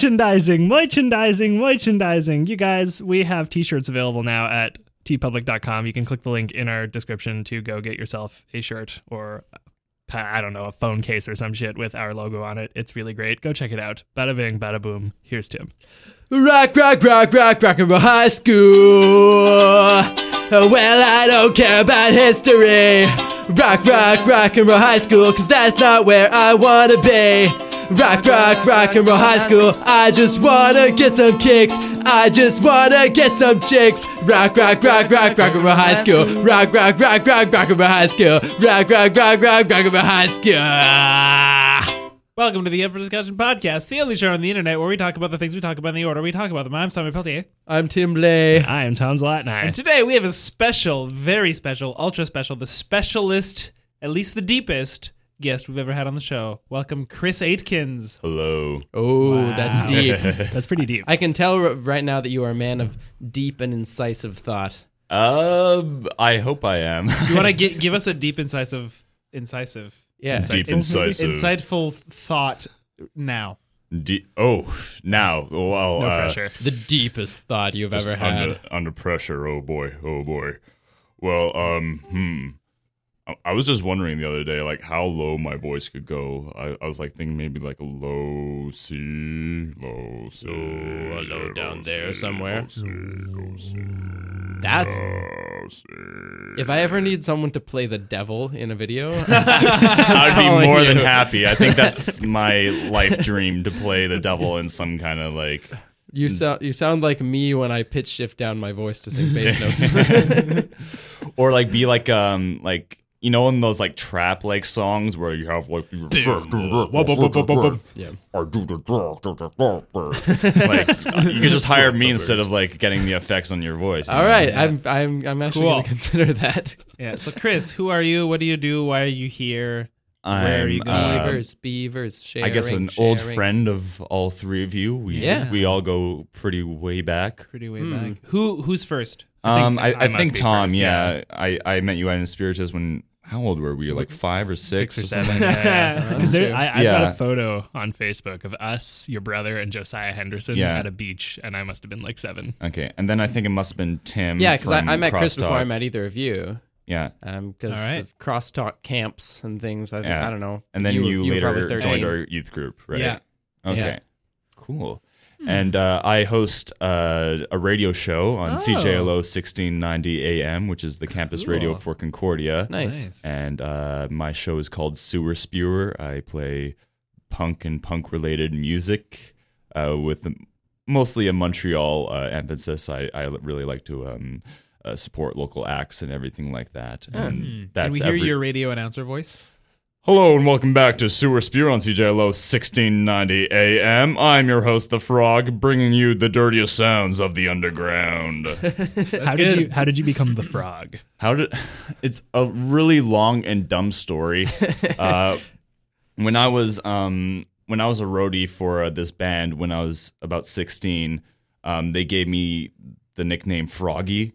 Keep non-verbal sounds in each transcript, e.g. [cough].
Merchandising, merchandising, merchandising. You guys, we have t shirts available now at tpublic.com. You can click the link in our description to go get yourself a shirt or, I don't know, a phone case or some shit with our logo on it. It's really great. Go check it out. Bada bing, bada boom. Here's Tim. Rock, rock, rock, rock, rock and roll high school. Well, I don't care about history. Rock, rock, rock and roll high school, cause that's not where I wanna be. Rock, rock, rock and roll high school. I just wanna get some kicks. I just wanna get some chicks. Rock, rock, rock, rock, rock and roll high school. Rock, rock, rock, rock, rock and roll high school. Rock, rock, rock, rock, rock and roll high school. Welcome to the Up for Discussion podcast, the only show on the internet where we talk about the things we talk about in the order we talk about them. I'm Simon Peltier. I'm Tim Lay. I am Towns Latney. [laughs] And today we have a special, very special, ultra special, the specialist, at least the deepest guest we've ever had on the show. Welcome, Chris Aitkins. Hello. Oh, that's deep. [laughs] That's pretty deep. I can tell r- right now that you are a man of deep and incisive thought. Um, I hope I am. [laughs] You want to gi- give us a deep, incisive, incisive, Yeah. Deep incisive. insightful thought now? De- oh, now. Wow. no uh, pressure. The deepest thought you've ever had. Under, under pressure. Oh boy. Oh boy. Well, um, hmm. I, I was just wondering the other day, like how low my voice could go. I, I was like thinking maybe like a low C, low C, Ooh, a low down there C, somewhere. [laughs] low C, low C, That's low C. if I ever need someone to play the devil in a video, I'd be Calling more than you. happy. I think that's my life dream to play the devil in some kind of like Hmm. you sound you sound like me when I pitch shift down my voice to sing [laughs] bass notes. or like be like um like you know in those like trap like songs where you have like yeah. like you could just hire me instead of like getting the effects on your voice. you All know? right, I'm I'm I'm actually Cool. going to consider that. Yeah. So, Chris, who are you? What do you do? Why are you here? I'm, Where are you going? uh, beavers, beavers, sharing. I guess an old sharing. friend of all three of you. We Yeah. we all go pretty way back. Pretty Hmm. way back. Who who's first? Um, I, I I, must think be Tom. first, yeah, I, I met you at Inspiritus when how old were we? Like five or six, Six or something? seven. [laughs] yeah. 'Cause there- I, I've got Yeah. a photo on Facebook of us, your brother, and Josiah Henderson Yeah. at a beach, and I must have been like seven. Okay, and then I think it must have been Tim. Yeah, because I, from I met Chris before I Crosstalk. met either of you. Yeah, Um, because All right. of crosstalk camps and things. I, think, Yeah. I don't know. and then you, were- were probably later 13. joined our youth group, right? Yeah. Hmm. Okay. Yeah. Cool. And uh, I host uh, a radio show Oh. on CJLO 1690 AM, which is the campus radio for Concordia. Nice. And uh, my show is called Sewer Spewer. I play punk and punk related music uh, with m- mostly a Montreal uh, emphasis. I, I really like to um, uh, support local acts and everything like that. And that's Hmm. Can we hear every- your radio announcer voice? Hello and welcome back to Sewer Spear on CJLO 1690 AM. I'm your host, The Frog, bringing you the dirtiest sounds of the underground. how did you How did you become the frog? How did? [laughs] It's a really long and dumb story. Uh, when I was um, when I was a roadie for uh, this band when I was about 16, um, they gave me the nickname Froggy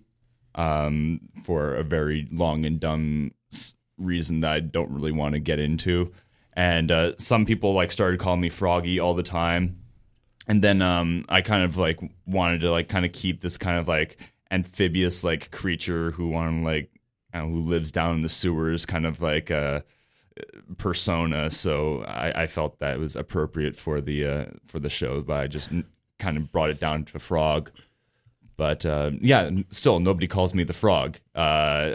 um, for a very long and dumb s- reason that I don't really want to get into. And uh, some people like started calling me Froggy all the time. And then um, I kind of like wanted to like kind of keep this kind of like amphibious like creature who wanted like I don't know, who lives down in the sewers kind of like uh, persona. So I, I felt that was appropriate for the uh, for the show, but I just n- kind of brought it down to frog. But uh, yeah, n- still nobody calls me the frog. Uh,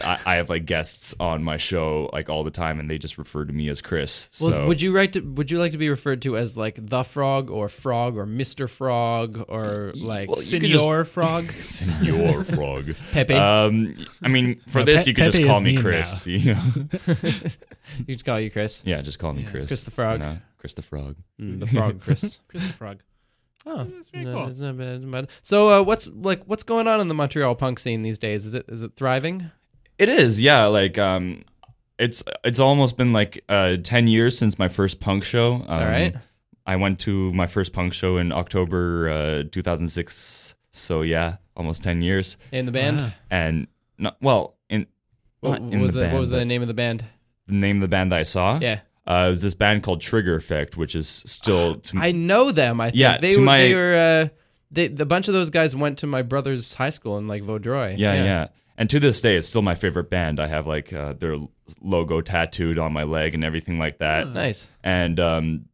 I, I have like guests on my show like all the time, and they just refer to me as Chris. So Well, [laughs] would you like to would you like to be referred to as like the frog or frog or Mr. Frog or like well, you could just- Senor Frog. Senor [laughs] Frog. Pepe? Um, I mean, for No, this Pe- you could Pepe just call is me mean Chris. [laughs] You know? you could call you [laughs] Chris. yeah, just call me Chris. Chris the Frog. You know, Chris the Frog. Mm, the frog Chris. Chris the Frog. oh, that's very cool. It's not bad, it's not bad. So uh, what's like what's going on in the Montreal punk scene these days? Is it is it thriving? It is, yeah. Like, um, it's it's almost been like uh, ten years since my first punk show. Um, All right. I went to my first punk show in October uh, 2006. So yeah, almost ten years. In the band? And not well, in, what uh, not in was the the, band, what was but the name of the band? the name of the band that I saw? Yeah. Uh, it was this band called Trigger Effect, which is still to I know them. I think Yeah, they to were. my- they were. Uh, they, the bunch of those guys went to my brother's high school in like Vaudreuil. Yeah, yeah, And to this day, it's still my favorite band. I have like uh, their logo tattooed on my leg and everything like that. Nice. And um,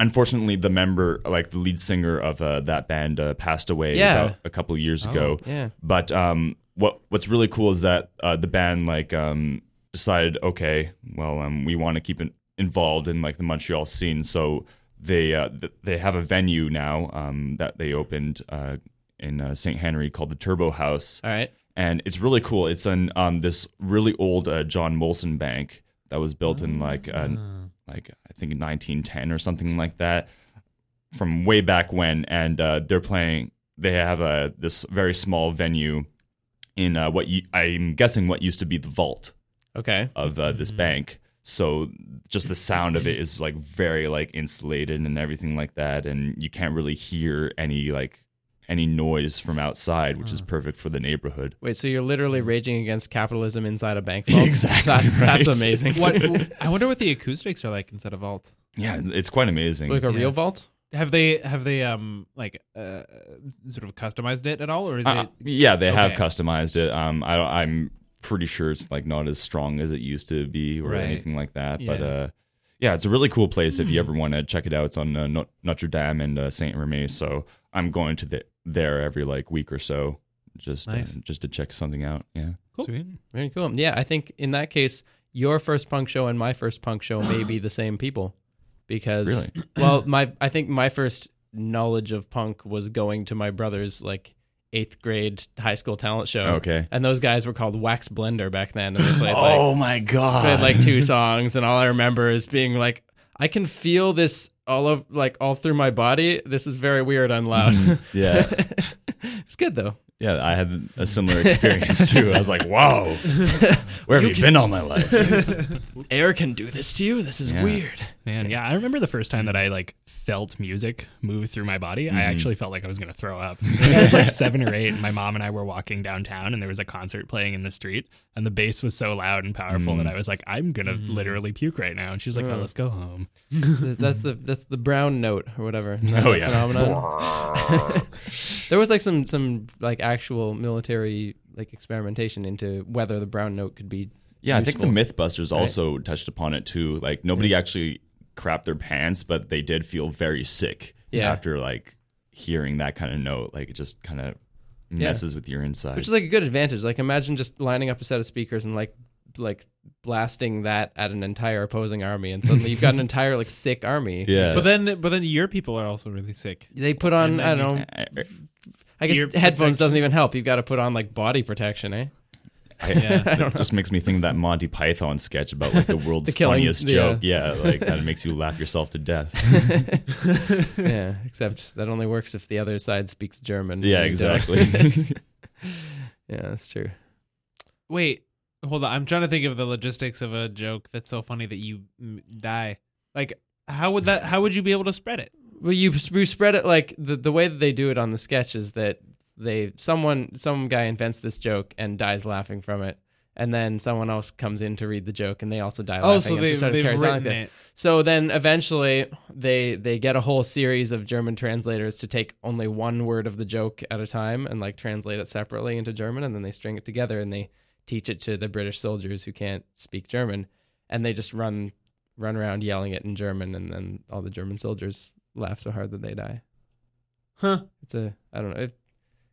unfortunately, the member, like the lead singer of uh, that band, uh, passed away Yeah. about a couple years ago. Oh, yeah. But um, what what's really cool is that uh, the band like um, decided, okay, well, um, we want to keep it involved in like the Montreal scene, so they uh, th- they have a venue now um, that they opened uh, in uh, St. Henry called the Turbo House All right. and it's really cool. It's an um this really old uh, John Molson bank that was built Ah. in like uh, like I think 1910 or something like that, from way back when. And uh, they're playing. They have a this very small venue in uh, what you, I'm guessing what used to be the vault [laughs] Okay. of uh, this bank. So just the sound of it is like very like insulated and everything like that, and you can't really hear any like any noise from outside, which is perfect for the neighborhood. Wait. So you're literally raging against capitalism inside a [laughs] bank vault. Exactly That's right. that's [laughs] amazing. What I wonder what the acoustics are like inside a vault. Yeah, it's- it's quite amazing. Like a Yeah. real vault? Have they have they um like uh sort of customized it at all, or is Uh, it? yeah, they have okay. customized it. Um, I, don't- I'm pretty sure it's like not as strong as it used to be or Right. anything like that. But Yeah. Hmm. uh, yeah, it's a really cool place if you ever want to check it out. It's on uh, Not- Notre Dame and uh, Saint Remy. So I'm going to the- there every like week or so just uh, Nice. just to check something out. [laughs] Yeah. Sweet. Very cool. Yeah, I think in that case, your first punk show and my first punk show may be the same people, because Really? [clears throat] well, my I think my first knowledge of punk was going to my brother's like eighth grade high school talent show. Okay. Oh and those guys were called Wax Blender back then, and they played like my god. played like two songs, and all I remember is being like, I can feel this all of like all through my body. This is very weird and loud. yeah, [laughs] it's good though. yeah. I had a similar experience too. I was like, "Whoa, where have you, been all my life?" Air can do this to you. This is Yeah. weird. Man, yeah, I remember the first time that I like felt music move through my body. Mm-hmm. I actually felt like I was gonna throw [laughs] up. I was like seven or eight, and my mom and I were walking downtown, and there was a concert playing in the street, and the bass was so loud and Mm. powerful that I was like, I'm gonna literally puke right now. And she's like, Oh, let's go home. Th- that's the that's the brown note or whatever. [laughs] Oh, yeah. phenomenon. [laughs] [laughs] there was like some some like actual military like experimentation into whether the brown note could be. Yeah, I think the Mythbusters also touched upon it too. Like nobody Mm. actually crapped their pants, but they did feel very sick Yeah. after like hearing that kind of note. Like it just kind of messes with your insides. Which is like a good advantage. Like imagine just lining up a set of speakers and like like blasting that at an entire opposing army, and suddenly you've [laughs] got an entire like sick army. yeah, But then, but then your people are also really sick. They put on I don't uh, know. [laughs] I guess ear headphones protection. doesn't even help. You've got to put on like body protection, eh? yeah, [laughs] it just makes me think of that Monty Python sketch about [laughs] like the world's killing, funniest yeah. joke. Yeah, like that makes you laugh yourself to death. yeah. Except that only works if the other side speaks German. yeah, You don't. exactly. [laughs] [laughs] Yeah, that's true. Wait, hold on. I'm trying to think of the logistics of a joke that's so funny that you mm, die. Like, how would that? How would you be able to spread it? Well, you, you spread it like the, the way that they do it on the sketch is that they someone some guy invents this joke and dies laughing from it, and then someone else comes in to read the joke and they also die Oh, laughing. and it just sort of carries on like this. So then eventually they they get a whole series of German translators to take only one word of the joke at a time and like translate it separately into German and then they string it together and they teach it to the British soldiers who can't speak German and they just run run around yelling it in German and then all the German soldiers laugh so hard that they die. Huh. It's a I don't know. It,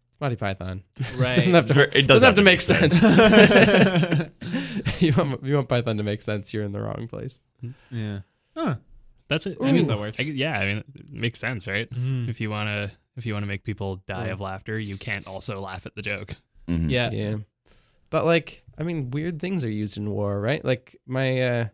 it's Monty Python. [laughs] [laughs] Right. Doesn't have It's to, very- it doesn't have to make make sense. [laughs] you want you want Python to make sense, you're in the wrong place. yeah. Huh. That's it. Mm-hmm. I guess that works. I gu- yeah, I mean, it makes sense, right? If you wanna, if you wanna make people die of laughter, you can't also laugh at the [laughs] joke. Mhm. Yeah. yeah but like i mean weird things are used in war right like my uh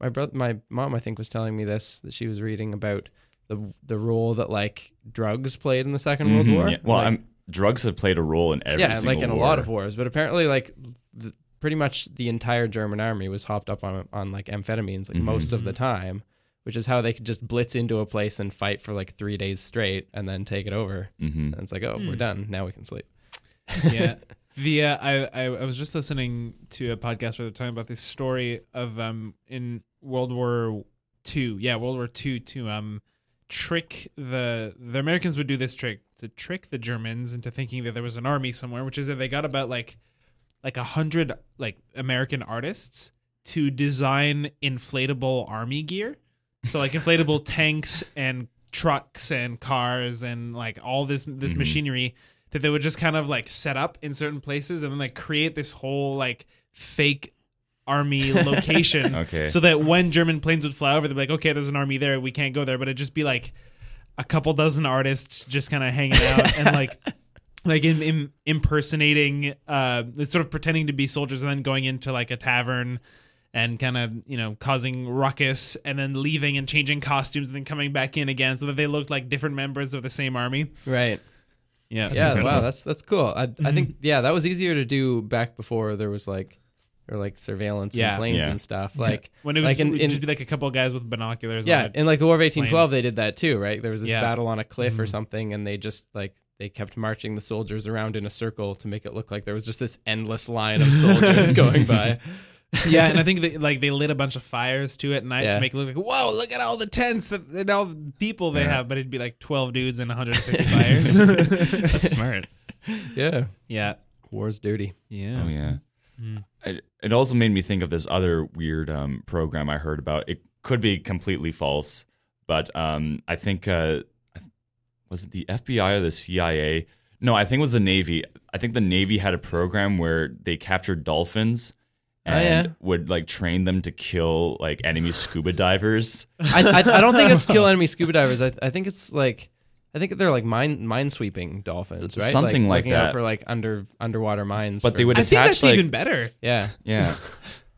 my brother my mom i think was telling me this that she was reading about the the role that like drugs played in the 2nd world Mhm, war yeah. Well, Like- I'm, drugs have played a role in every yeah single like in a lot of wars but apparently like the, pretty much the entire german army was hopped up on on like amphetamines like most of the Mm-hmm. time which is how they could just blitz into a place and fight for like three days straight and then take it over Mhm. and it's like oh we're done now we can sleep yeah. The uh, I, I I was just listening to a podcast where they're talking about this story of um in World War Two. Yeah, World War Two to um trick the the Americans would do this trick to trick the Germans into thinking that there was an army somewhere, which is that they got about like like a hundred like American artists to design inflatable army gear. So like inflatable tanks and trucks and cars and like all this this machinery that they would just kind of like set up in certain places and then like create this whole like fake army location. Okay. So that when German planes would fly over, they'd be like, okay, there's an army there, we can't go there. But it'd just be like a couple dozen artists just kind of hanging out and like like in, in, impersonating uh sort of pretending to be soldiers and then going into like a tavern and kind of you know causing ruckus and then leaving and changing costumes and then coming back in again so that they looked like different members of the same army Right. yeah yeah. Wow. incredible. That's that's cool. I I think Mm-hmm. yeah, that was easier to do back before there was like or like surveillance Yeah. and planes Yeah. and stuff. Like when it was like just, in, it'd in- just be like a couple guys with binoculars on yeah, it. in like the War of 1812, they did that too, right? There was this Yeah. Mm-hmm. battle on a cliff or something, and they just like they kept marching the soldiers around in a circle to make it look like there was just this endless line of [laughs] soldiers going by. yeah, and I think they, like they lit a bunch of fires to it at night Yeah. to make it look like, whoa, look at all the tents that, and all the people they have, but it'd be like twelve dudes and 150 fires. That's [laughs] smart. Yeah, yeah, war's dirty. yeah. Mm. Oh yeah. It, it also made me think of this other weird um, program I heard about. It could be completely false, but um, I think uh, I th- was it the FBI or the CIA? No, I think it was the Navy. I think the Navy had a program where they captured dolphins Oh, and yeah. would like train them to kill like enemy scuba divers. [laughs] I, I, I don't think it's kill enemy scuba divers. I, I think it's like I think they're like mine mine sweeping dolphins, right? Something like looking out that. for like under underwater mines. But they or- would I attach think that's like even better. yeah. [laughs] yeah.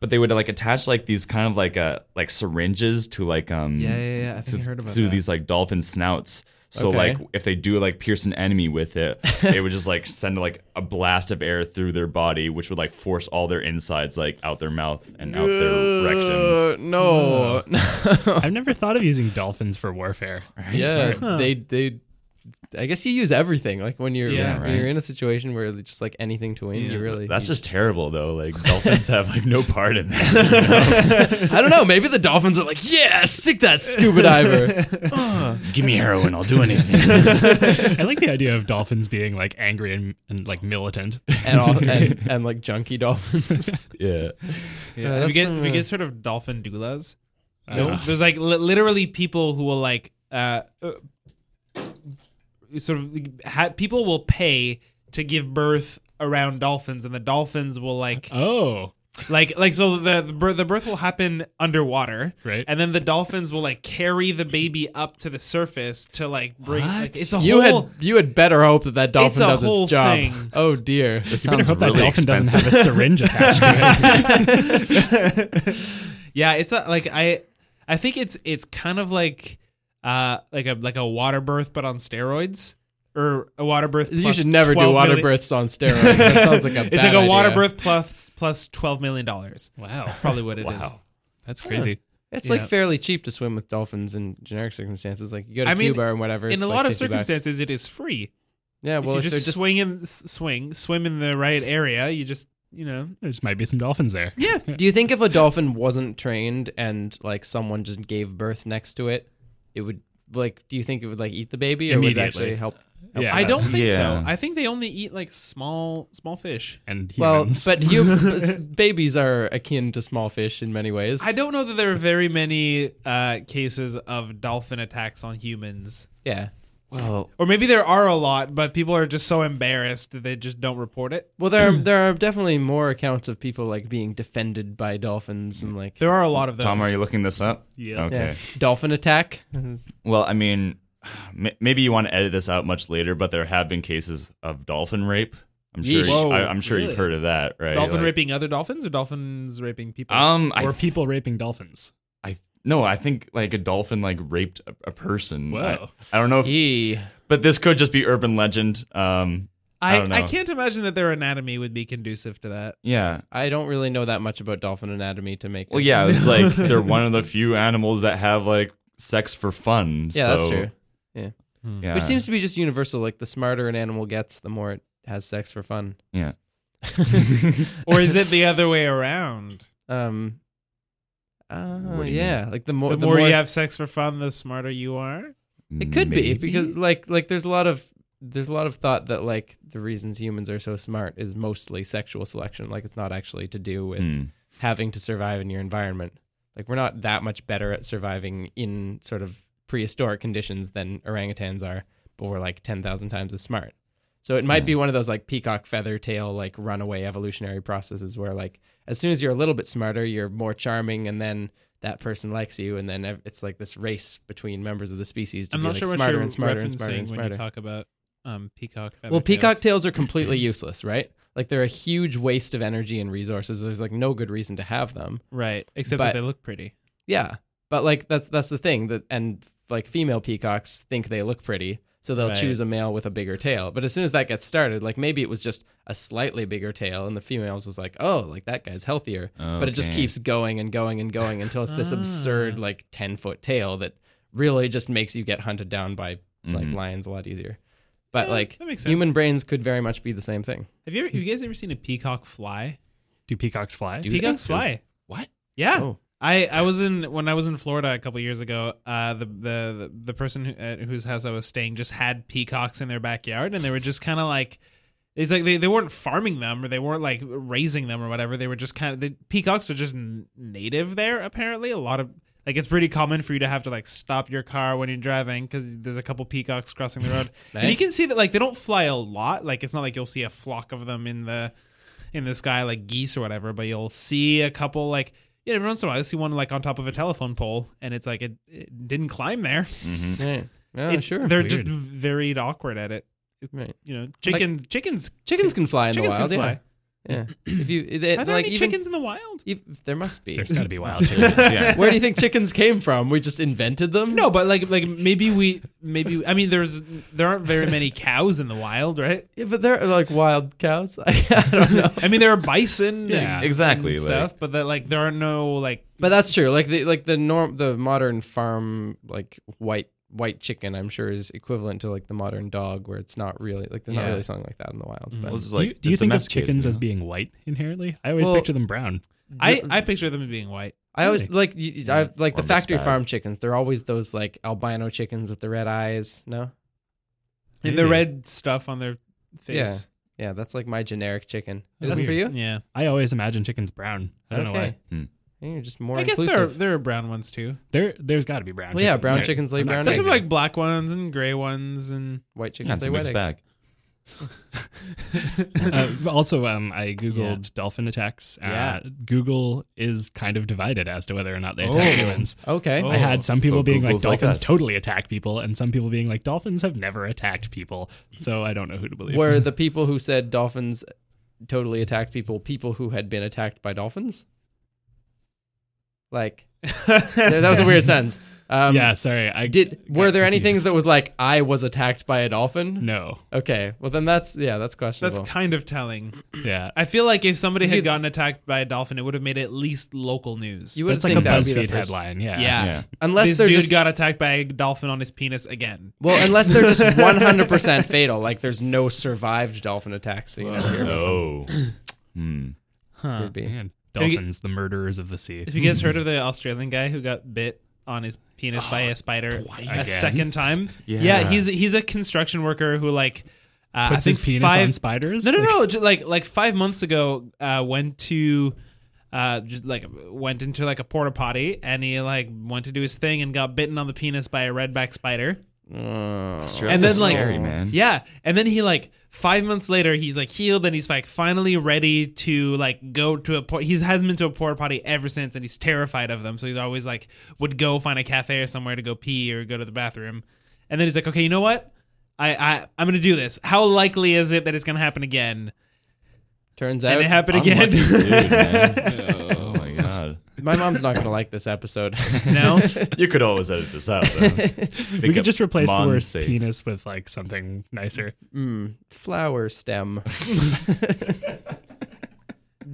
But they would like attach like these kind of like uh like syringes to like um yeah. I to, through these like dolphin snouts. So Okay. like if they do like pierce an enemy with it, [laughs] they would just like send like a blast of air through their body, which would like force all their insides like out their mouth and out their [laughs] rectums. no, I've never thought of using dolphins for warfare. yeah, they they. I guess you use everything. Like when you're Yeah, when right. you're in a situation where it's just like anything to win, you really. That's you- just terrible though. Like dolphins have like no part in [laughs] that. I don't know. Maybe the dolphins are like, yeah, stick that scuba [laughs] diver. Give me heroin, I'll do anything. [laughs] I like the idea of dolphins being like angry and, and like militant. and, all, and and like junky dolphins. yeah. Yeah, if, that's you get, from, if you uh, get sort of dolphin doulas, I there's, don't know. there's, like li- literally people who will like uh, uh, sort of ha- people will pay to give birth around dolphins, and the dolphins will like Oh, like like so the the birth, the birth will happen underwater Right. and then the dolphins will like carry the baby up to the surface to like bring like, it's a you whole had you had better hope that that dolphin a does whole its job. thing. Oh dear. This I sounds hope that really dolphin expensive. doesn't have a syringe attached to it. yeah it's a, like i i think it's it's kind of like uh like a like a water birth but on steroids or a water birth You plus should never do 12 water [laughs] million- births [laughs] on steroids. That sounds like a it's bad like a water idea. birth plus plus 12 million dollars Wow, probably what it is. [laughs] that's crazy. It's Yeah. like fairly cheap to swim with dolphins in generic circumstances. Like you go to I mean, Cuba and whatever. in it's a like lot of 50 bucks. circumstances it is free Yeah, well, if if you just, they're just swing and s- swing swim in the right area you just you know There just might be some dolphins there. yeah Do you think if a dolphin wasn't trained and like someone just gave birth next to it, it would like? Do you think it would like eat the baby or would it Immediately. actually help? Uh, Yeah, I don't think Yeah. so. I think they only eat like small small fish. And Well, humans. but you babies are akin to small fish in many ways. I don't know that there are very many uh, cases of dolphin attacks on humans. yeah. Well, Or maybe there are a lot, but people are just so embarrassed that they just don't report it. Well, there are, there are definitely more accounts of people like being defended by dolphins and like There are a lot of those. Tom, are you looking this up? Yeah. Okay. yeah, dolphin attack. Well, I mean, m- maybe you want to edit this out much later, but there have been cases of dolphin rape. I'm sure. Yeesh. you- Whoa, I, am sure really? you've heard of that, right? dolphin Like- raping other dolphins or dolphins raping people? Um, I or people raping dolphins. I no, I think like a dolphin like raped a, a person. Wow. I, I don't know, if, Yee. but this could just be urban legend. Um, I I, don't I, know. can't imagine that their anatomy would be conducive to that. yeah. I don't really know that much about dolphin anatomy to make. Well, a- yeah, [laughs] it's like they're one of the few animals that have like sex for fun. yeah, so, that's true. Yeah, Which seems to be just universal. Like the smarter an animal gets, the more it has sex for fun. yeah. Or is it the other way around? Um, Oh, yeah. Like the more The, more, you have sex for fun, the smarter you are. It could be Maybe. because like like there's a lot of there's a lot of thought that like the reasons humans are so smart is mostly sexual selection. Like it's not actually to do with Hmm. having to survive in your environment. Like we're not that much better at surviving in sort of prehistoric conditions than orangutans are, but we're like ten thousand times as smart. So it might be one of those like peacock feather tail like runaway evolutionary processes where like as soon as you're a little bit smarter, you're more charming, and then that person likes you, and then ev- it's like this race between members of the species to I'm be not like sure what smarter you're and smarter referencing and smarter and when smarter. you talk about um, peacock. feather Well, peacock tails. [laughs] tails are completely useless, right? Like they're a huge waste of energy and resources. There's like no good reason to have them. right? Except but- that they look pretty. Yeah, but like that's that's the thing that and like female peacocks think they look pretty, so they'll Right. choose a male with a bigger tail. But as soon as that gets started, like maybe it was just a slightly bigger tail, and the females was like, oh, like that guy's healthier. But it just Okay. keeps going and going and going until it's this Ah. absurd like ten foot tail that really just makes you get hunted down by like Mhm. lions a lot easier. But Mm-hmm. Yeah, like that makes sense. human brains could very much be the same thing. Have you ever, have you guys ever seen a peacock fly? Do peacocks fly? Do Peacocks they? fly. What? Yeah. Oh. I, I was in when I was in Florida a couple years ago. Uh, the the the person who, at whose house I was staying just had peacocks in their backyard, and they were just kind of like, it's like they, they weren't farming them or they weren't like raising them or whatever. They were just kind of the peacocks are just n- native there apparently. A lot of like it's pretty common for you to have to like stop your car when you're driving because there's a couple peacocks crossing the road, [laughs] and you Nice. can see that like they don't fly a lot. Like it's not like you'll see a flock of them in the in the sky like geese or whatever, but you'll see a couple like yeah, every once in a while you see one like on top of a telephone pole, and it's like it, it didn't climb there. Yeah. Yeah, Mm. It's- sure. they're Weird. just very awkward at it. Right. You know, chicken chickens. Chickens can fly in Chickens the can wild. fly. [clears throat] Yeah. yeah. If you they, Are there like any even, chickens in the wild? ev- there must [laughs] be. There's got to be wild chickens. [laughs] yeah. Where do you think chickens came from? We just invented them? No, but like like maybe we maybe I mean there's there aren't very many cows in the wild, [laughs] right? Yeah, but they're like wild cows. I don't know. I mean there are bison, Yeah, and, exactly, and stuff, but that like there are no like [laughs] But that's true. Like the like the norm the modern farm like white white chicken I'm sure is equivalent to like the modern dog where it's not really like there's not Yeah. really something like that in the wild. But Well, it's do like, you, do you it's think of domesticated, chickens you as know? being white inherently? I always Well- picture them brown. I I picture them as being white. I always like you, I like the Or mixed factory bag. farm chickens. They're always those like albino chickens with the red eyes. No? And the Maybe. red stuff on their face. Yeah, that's like my generic chicken. That's Isn't it for you? Yeah. yeah. I always imagine chickens brown. I don't know why. okay. Hmm. And You're just more I guess inclusive. there are, there are brown ones too. There, there's got to be brown. Well, yeah, chickens, brown right? chickens lay I'm not brown There's crazy. eggs. some, like black ones and gray ones and White Yeah, chickens it's lay a white mixed eggs. [laughs] bag. [laughs] Uh, also, um, I googled dolphin attacks. Uh, Yeah. Google is kind of divided as to whether or not they attack Oh. humans. Okay. I had some people So being Google's like like dolphins us. totally attack people, and some people being like dolphins have never attacked people. So I don't know who to believe. Were the people who said dolphins totally attacked people people who had been attacked by dolphins? Like that was a weird sentence. Um, yeah, sorry. I Did got were there any confused. things that was like I was attacked by a dolphin? No. Okay. Well, then that's yeah, that's That's questionable. kind of telling. Yeah. I feel like if somebody You- had gotten attacked by a dolphin, it would have made at least local news. you would That's like think a that would be the BuzzFeed first- headline. Yeah. yeah. Yeah. Unless this they're dude just got attacked by a dolphin on his penis again. well, unless they're just one hundred percent fatal. Like there's no survived dolphin attacks. So you never hear Oh. Hmm. what would be. Man, Have you- dolphins, the murderers of the sea. Have you guys heard of the Australian guy who got bit on his penis by a spider a Again? second time? Yeah. he's he's a construction worker who like uh, I Puts think his penis five, on spiders? No, no, Like- no. ju- Like like five months ago, uh, went to uh, just like went into like a porta potty, and he like went to do his thing and got bitten on the penis by a redback spider. Oh. and then, like- scary, man. Yeah, and then he like five months later, he's like healed, and he's like finally ready to like go to a port. He hasn't been to a porta potty ever since, and he's terrified of them. So he's always like would go find a cafe or somewhere to go pee or go to the bathroom, and then he's like, okay, you know what? I I I'm gonna do this. How likely is it that it's gonna happen again? Turns And out it happened Unlucky again. dude, man. oh my god. my mom's not gonna like this episode. [laughs] [laughs] no. You could always edit this out. Though. We could just replace the word penis with like something nicer. flower stem.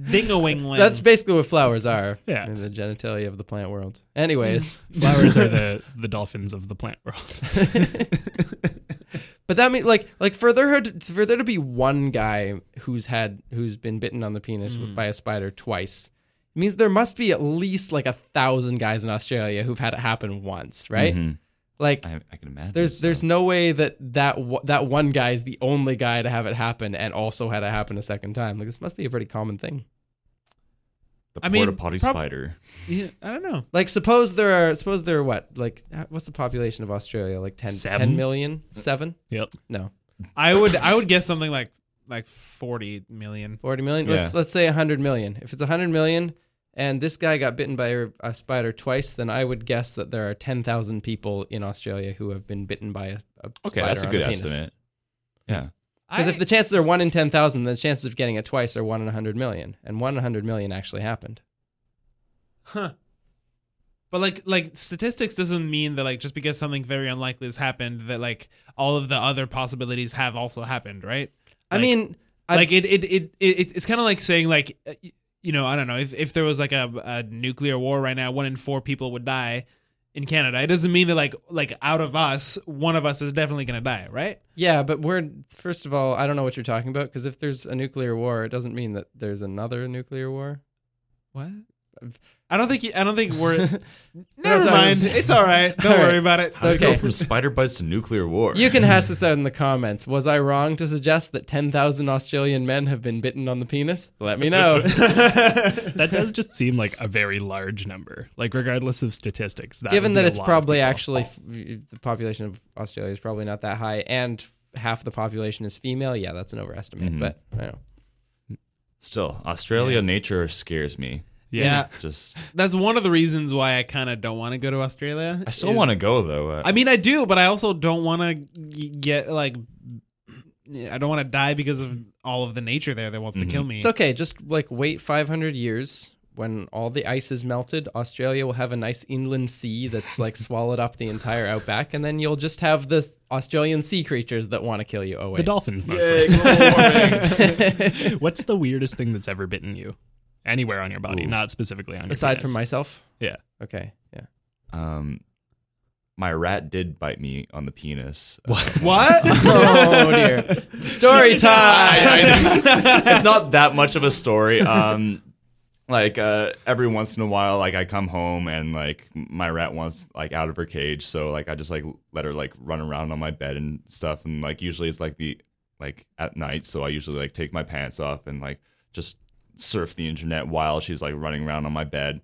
Dingoing land. That's basically what flowers [laughs] are. Yeah. In the genitalia of the plant world. Anyways. Flowers are the, [laughs] the dolphins of the plant world. [laughs] But that means like like for there to, for there Mm. to be one guy who's had who's been bitten on the penis by a spider twice means there must be at least like a thousand guys in Australia who've had it happen once, right? Mhm. Like I, I can imagine. there's so. there's no way that that w- that one guy is the only guy to have it happen and also had it happen a second time. Like this must be a pretty common thing. the I mean, porta potty prob- spider. Yeah, I don't know. Like suppose there are suppose there are what like uh, what's the population of Australia like 10, Seven? 10 million Uh, seven Yep. no I would I would guess something like like forty million. forty million let's Yeah. let's say hundred million if it's hundred million and this guy got bitten by a, a spider twice then I would guess that there are ten thousand people in Australia who have been bitten by a, a Okay, spider that's a on good the penis. estimate. Yeah. Because if the chances are one in ten thousand, the chances of getting it twice are one in a hundred million, and one in a hundred million actually happened. Huh. But like like statistics doesn't mean that like just because something very unlikely has happened that like all of the other possibilities have also happened, right? I Like- mean, I- like it it it, it it's kind of like saying like uh, y- you know, I don't know, if if there was like a, a nuclear war right now, one in 4 people would die in Canada. It doesn't mean that like like out of us, one of us is definitely going to die, right? yeah, but we're first of all, I don't know what you're talking about because if there's a nuclear war, it doesn't mean that there's another nuclear war. What? I don't think you, I don't think we're That's Never all right. mind. It's all right. [laughs] Don't All right. worry about it. It's Go okay. from spider bites to nuclear war. You can hash this out in the comments. Was I wrong to suggest that ten thousand Australian men have been bitten on the penis? Let [laughs] me know. That does just seem like a very large number, like regardless of statistics. That Given would be that a it's lot of probably people. actually f- the population of Australia is probably not that high, and half the population is female. Yeah, that's an overestimate, Mm-hmm. Mhm. but I don't know. Still, Australia nature scares me. yeah. Just, That's one of the reasons why I kind of don't want to go to Australia. I still want to go though. Uh, I mean, I do, but I also don't want to get like. I don't want to die because of all of the nature there that wants to kill me. Mm-hmm. It's okay. Just like wait 500 years when all the ice is melted. Australia will have a nice inland sea that's like [laughs] swallowed up the entire outback, and then you'll just have the Australian sea creatures that want to kill you. Oh The wait, dolphins mostly. [laughs] What's the weirdest thing that's ever bitten you? Anywhere on your body, not specifically on your aside from penis. myself. Yeah. Okay. Yeah. [laughs] um, my rat did bite me on the penis. uh, [laughs] What? Oh dear. Story [laughs] time. I- I- it's not that much of a story. Um, like uh, every once in a while, like I come home and like my rat wants like out of her cage, so like I just like let her like run around on my bed and stuff, and like usually it's like the like at night, so I usually like take my pants off and like just surf the internet while she's like running around on my bed.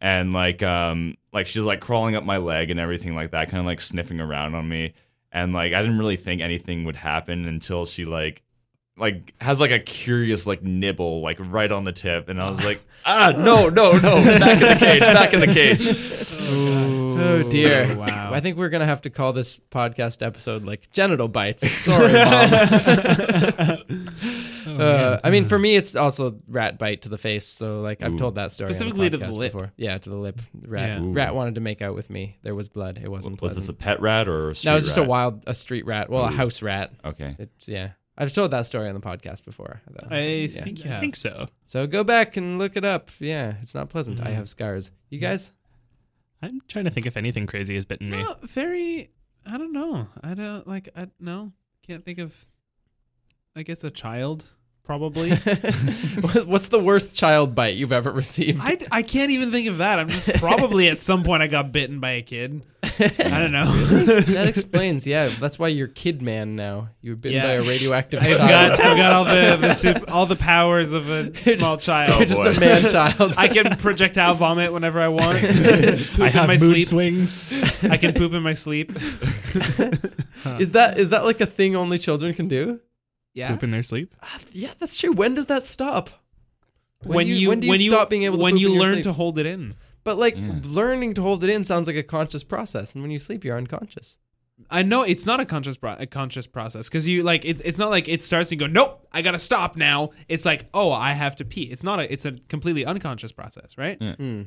And like um like she's like crawling up my leg and everything like that, kind of like sniffing around on me. And like I didn't really think anything would happen until she like like has like a curious like nibble like right on the tip and i was like ah no no no back in the cage back in the cage Oh dear. Wow. [laughs] I think we're gonna have to call this podcast episode like genital bites. Sorry, [laughs] [laughs] Bob. Oh, uh, I mean, for me, it's also rat bite to the face. So like I've told that story on Specifically to the podcast lip. Before. Yeah, to the lip. Rat. Yeah. Ooh. Rat wanted to make out with me. There was blood. It wasn't was pleasant. this a pet rat or a street no, it was just rat? a wild, a street rat. Well, a house rat. okay It's yeah. I've told that story on the podcast before. Though. I think you I have. think so. so go back and look it up. Yeah, it's not pleasant. Mm-hmm. I have scars. You guys? [laughs] I'm trying to think if anything crazy has bitten [gasps] me. No, very. I don't know. I don't like. I no. Can't think of. I guess a child probably. What- What's the worst child bite you've ever received? I, I can't even think of that. I'm just probably at some point I got bitten by a kid. I don't [laughs] know. that explains. Yeah, that's why you're Kid Man now. You were bitten Yeah. by a radioactive I've child. got, [laughs] I've got all the, the sup- all the powers of a small you're Oh, child. just boy. a [laughs] man child. I can projectile vomit whenever [laughs] I want. poop I have in my mood sleep. swings. I can poop in my sleep. is that is that like a thing only children can do? Uh-huh. Yeah. Poop in their sleep. Yeah, that's true. When does that stop? When, you, when do you when stop being able to when poop you in your learn sleep? to hold it in. But like learning to hold it in sounds like a conscious process, and when you sleep, you're unconscious. I know it's not a conscious pro- a conscious process because you like it's it's not like it starts and you go nope I gotta stop now. It's like oh I have to pee. It's not a it's a completely unconscious process, right? guess I, know.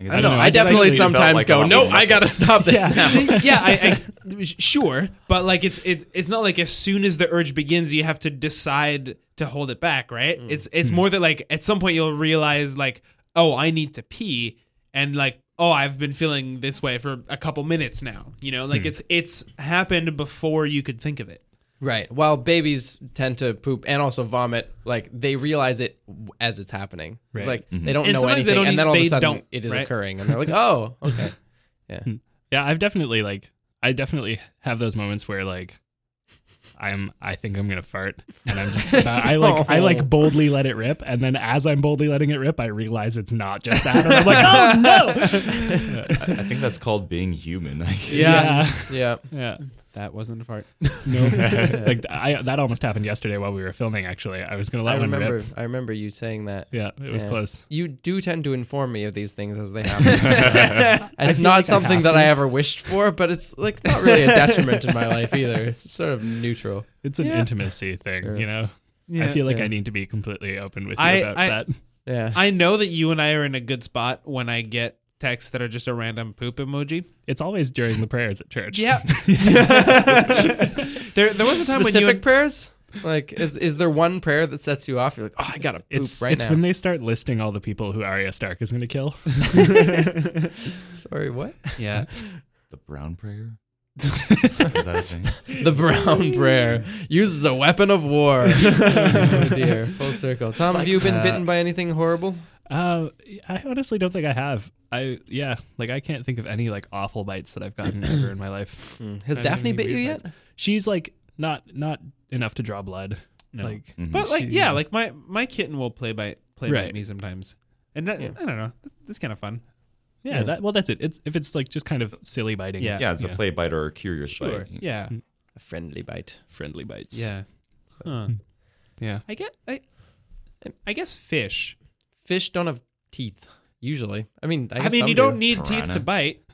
Mm-hmm. know. I, I definitely definitely felt sometimes like go, I'm no, obsessed I with gotta stop this [laughs] now. yeah, I, I sh- sure, but like it's it, it's not like as soon as the urge begins, you have to decide to hold it back, right? It's it's more that like at some point you'll realize like, oh, I need to pee, and like oh, I've been feeling this way for a couple minutes now, you know, like it's it's happened before you could think of it. Right. While babies tend to poop and also vomit, like they realize it w- as it's happening. It's Right. Like they don't And know sometimes they anything, don't and then all of even- a they sudden don't, it is right? occurring, and they're like, "Oh, [laughs] okay." Yeah, I've definitely like I definitely have those moments where like I'm I think I'm gonna fart and I'm just about, I like I Oh. like boldly let it rip and then as I'm boldly letting it rip I realize it's not just that and I'm [laughs] like oh no I, I think that's called being human. Like, yeah [laughs] Yeah. yeah That wasn't [laughs] a fart. no [laughs] like I that almost happened yesterday while we were filming actually I was gonna let I one remember. rip I remember you saying that. yeah it was Yeah. close You do tend to inform me of these things as [laughs] they [laughs] happen. it's not something that I ever wished for, but it's like not really a detriment in my life either. It's sort of neutral. it's an Yeah. intimacy thing you know I feel like I need to be completely open with you I- about I- that Yeah. I know that you and I are in a good spot when I get texts that are just a random poop emoji. it's always during the prayers at church Yeah. [laughs] there, there was a time when you Specific and, prayers? Like, is is there one prayer that sets you off? You're like, "Oh, I gotta poop it's right it's now." when they start listing all the people who Arya Stark is gonna [laughs] kill. Sorry, what? yeah. The [laughs] brown prayer? is that a thing? [laughs] The brown prayer uses a weapon of war. oh dear, full circle. Tom, have you been bitten by anything horrible? Uh, I honestly don't think I have. I yeah, like I can't think of any like awful bites that I've [clears throat] gotten ever in my life. Has Daphne bit you yet? She's like not not enough to draw blood. Like But like yeah, like my my kitten will play by play by Right. me sometimes. And that, I don't know. That's kind of fun. yeah, that well that's it. It's if it's like just kind of silly biting. Yeah. yeah, it's a play bite or a curious bite. Yeah. A friendly bite. friendly [laughs] bites. Yeah. Huh. yeah. I get I I guess fish. Fish don't have teeth usually. I mean, I, I, guess mean, some you don't do. need teeth Piranha. to bite,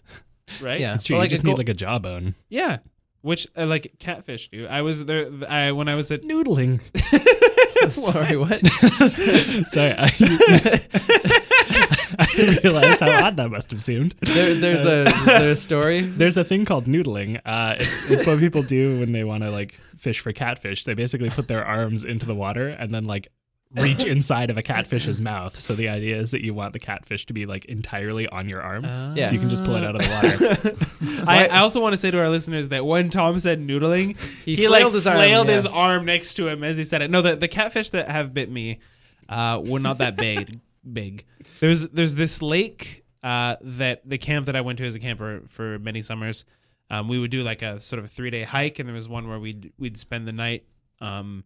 right? Yeah, That's true. but you like just a need go- like a [laughs] jawbone. Yeah. Which uh, like catfish, dude. I was there. I when I was at Noodling. [laughs] Sorry, what? [laughs] Sorry, I, [laughs] I realized how odd that must have seemed. there, there's a is there [laughs] a story. There's a thing called noodling. Uh, it's, it's what people do when they want to like fish for catfish. They basically put their arms into the water and then like reach inside of a catfish's mouth. So the idea is that you want the catfish to be like entirely on your arm, Yeah. so you can just pull it out of the water. I, I also want to say to our listeners that when Tom said noodling, [laughs] He he, like flailed his arm, flailed his yeah. arm next to him as he said it. No, the, the catfish that have bit me uh, were not that big. [laughs] big. There's there's this lake uh, that the camp that I went to as a camper for many summers. Um, we would do like a sort of three day hike, and there was one where we'd we'd spend the night. Um,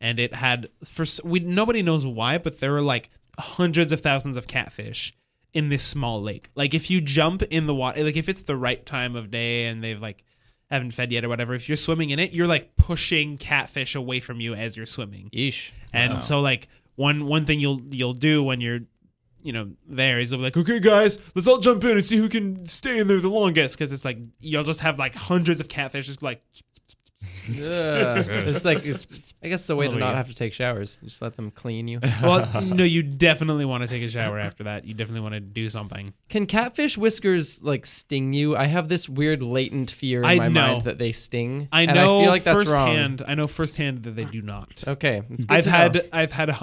and it had for s- we nobody knows why, but there were like hundreds of thousands of catfish in this small lake. Like if you jump in the water, like if it's the right time of day and they've like haven't fed yet or whatever, if you're swimming in it, you're like pushing catfish away from you as you're swimming. Yeesh. And so like one one thing you'll you'll do when you're you know there is you'll be like okay guys let's all jump in and see who can stay in there the longest because it's like you'll just have like hundreds of catfish just like Ugh. it's like it's, I guess it's a way to Oh, not yeah. have to take showers. Just let them clean you. [laughs] well no you definitely want to take a shower after that you definitely want to do something Can catfish whiskers like sting you? I have this weird latent fear in I my know. mind that they sting. I and know I feel like that's firsthand. I know firsthand that they do not. wrong. Okay, it's good I've to had know. I've had h-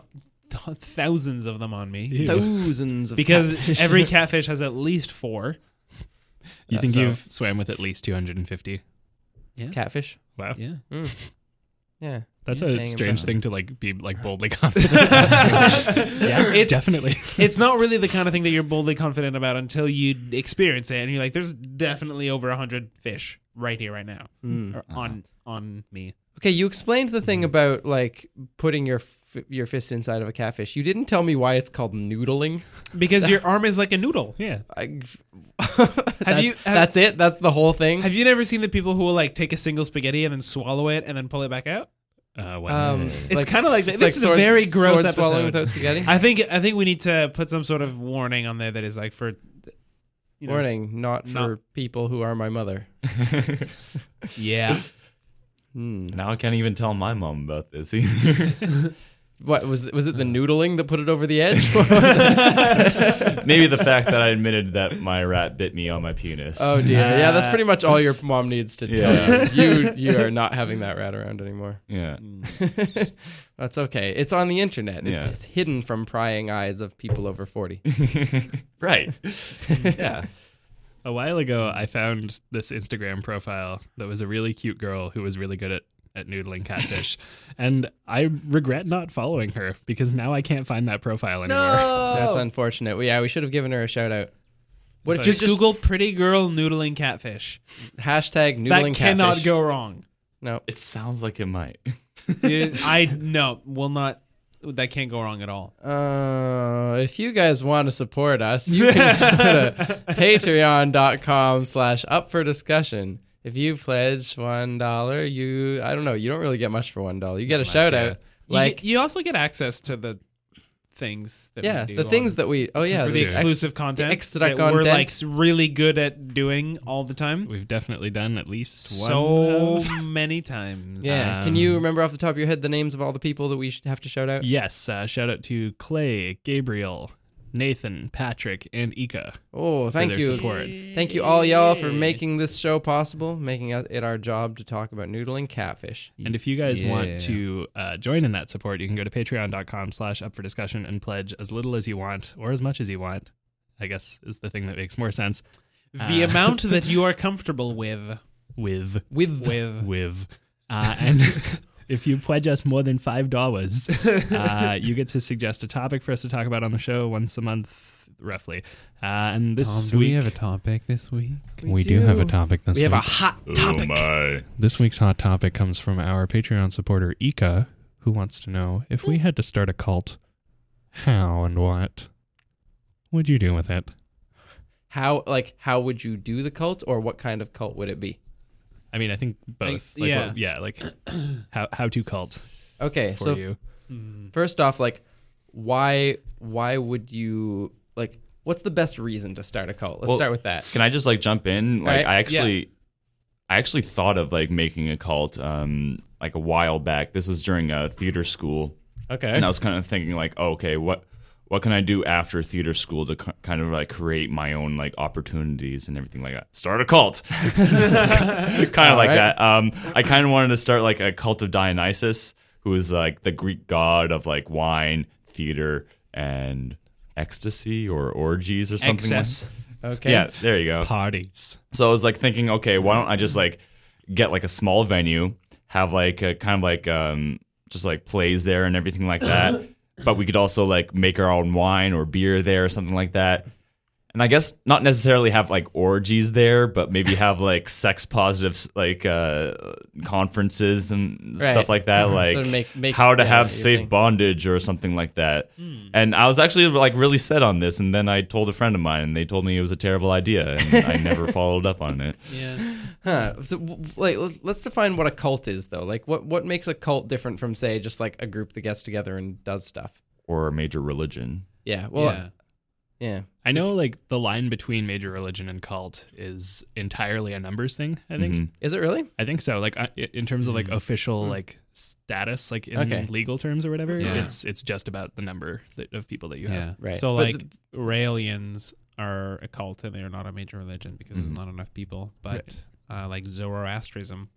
thousands of them on me [laughs] thousands of because catfish. [laughs] every catfish has at least four. You think so- you've swam with at least 250? catfish. Wow, Yeah, Yeah. that's Yeah, a dang, strange I'm thing to like be like boldly confident. yeah, It's- definitely. [laughs] it's not really the kind of thing that you're boldly confident about until you experience it, and you're like, "There's definitely over a hundred fish right here, right now, Hmm. or Uh-huh. on on me." Okay, you explained the thing about like putting your f- your fist inside of a catfish. You didn't tell me why it's called noodling. [laughs] Because your arm is like a noodle. Yeah, I, Have that's, you- have- that's it. That's the whole thing. Have you never seen the people who will like take a single spaghetti and then swallow it and then pull it back out? uh, wow. um, It's kind of like that. it's This like is sword- a very gross sword episode. swallowing without spaghetti. I think I think we need to put some sort of warning on there that is like for you know, Warning, not for people who are my mother. Yeah. Hmm. Now I can't even tell my mom about this either. [laughs] What was it, was Uh. it the noodling that put it over the [laughs] edge? Maybe the fact that I admitted that my rat bit me on my penis. oh dear. Yeah, Uh. that's pretty much all your mom needs to Yeah. tell you. You you are not having that rat around anymore. yeah. mm. [laughs] That's okay. It's on the internet. It's, Yeah. it's hidden from prying eyes of people over 40. Right. yeah. A while ago, I found this Instagram profile that was a really cute girl who was really good at at noodling [laughs] catfish, and I regret not following her because now I can't find that profile anymore. Oh. That's unfortunate. We- Yeah, we should have given her a shout out. What if you Just, just Google pretty girl noodling catfish. hashtag That noodling cannot catfish? [laughs] go wrong. No, It sounds like it might. You- I no, will not. That can't go wrong at all. Uh, if you guys want to support us, you can go to patreon.com slash up for discussion. If you pledge one dollar, you I don't know, you don't really get much for one dollar. You get a shout yeah. out. Like you, you also get access to the things. That yeah, we the do things on- that we oh yeah, for the the ex- exclusive content extra that we're content. like really good at doing all the time. We've definitely done at least So one. of- many times. yeah. Um, Can you remember off the top of your head the names of all the people that we should have to shout out? yes, uh, shout out to Clay, Gabriel, Nathan, Patrick, and Ika. Oh, thank their you. support. Thank you all y'all for making this show possible, making it our job to talk about noodling catfish. And if you guys Yeah. want to uh, join in that support, you can go to patreon.com slash up for discussion and pledge as little as you want or as much as you want, I guess is the thing that makes more sense. The Uh, [laughs] amount that you are comfortable with. With, With With. with. [laughs] Uh, and [laughs] if you pledge us more than $5, uh, you get to suggest a topic for us to talk about on the show once a month, roughly. Uh, and this week, topic this week? We do have a topic this we have a week. hot Oh my. This week's hot topic comes from our Patreon supporter Ika, who wants to know if we had to start a cult, how and what would you do with it? how like how would you do the cult or what kind of cult would it be I mean, I think both. Like, Like, yeah. well, yeah, [clears throat] like how how to cult okay for so f- you. first off like why why would you like what's the best reason to start a cult let's Well, start with that Can I just like jump in? right, Like I actually I actually thought of like making a cult um like a while back. This is during uh, theater school. okay And I was kind of thinking like, oh, okay, what what can I do after theater school to k- kind of like create my own like opportunities and everything like that? Start a cult, [laughs] kind of like right. that. Um, I kind of wanted to start like a cult of Dionysus, who is like the Greek god of like wine, theater, and ecstasy or orgies or something. like- Excess. okay Yeah, there you go. Parties. So I was like thinking, okay, why don't I just like get like a small venue, have like a kind of like um just like plays there and everything like that. but we could also like make our own wine or beer there or something like that. And I guess not necessarily have like orgies there, but maybe have like sex positive like uh conferences and Right. stuff like that. Like So make- make- how to yeah, Hmm. your have safe thing. bondage or something like that. And I was actually like really set on this, and then I told a friend of mine, and they told me it was a terrible idea, [laughs] and I never followed up on it. [laughs] Yeah. huh. so, w- w- like let- let's define what a cult is though like what what makes a cult different from say just like a group that gets together and does stuff Or a major religion. yeah well Yeah. yeah, yeah. I know, like the line between major religion and cult is entirely a numbers thing. I think. Mm-hmm. Mhm. is it really I think so. Like I- in terms of like official like status, like in Okay. legal terms or whatever, Mm. Yeah. it's it's just about the number that, of people that you have. Yeah. Right. So But like Raelians are a cult and they are not a major religion because there's not enough people. But uh, like Zoroastrianism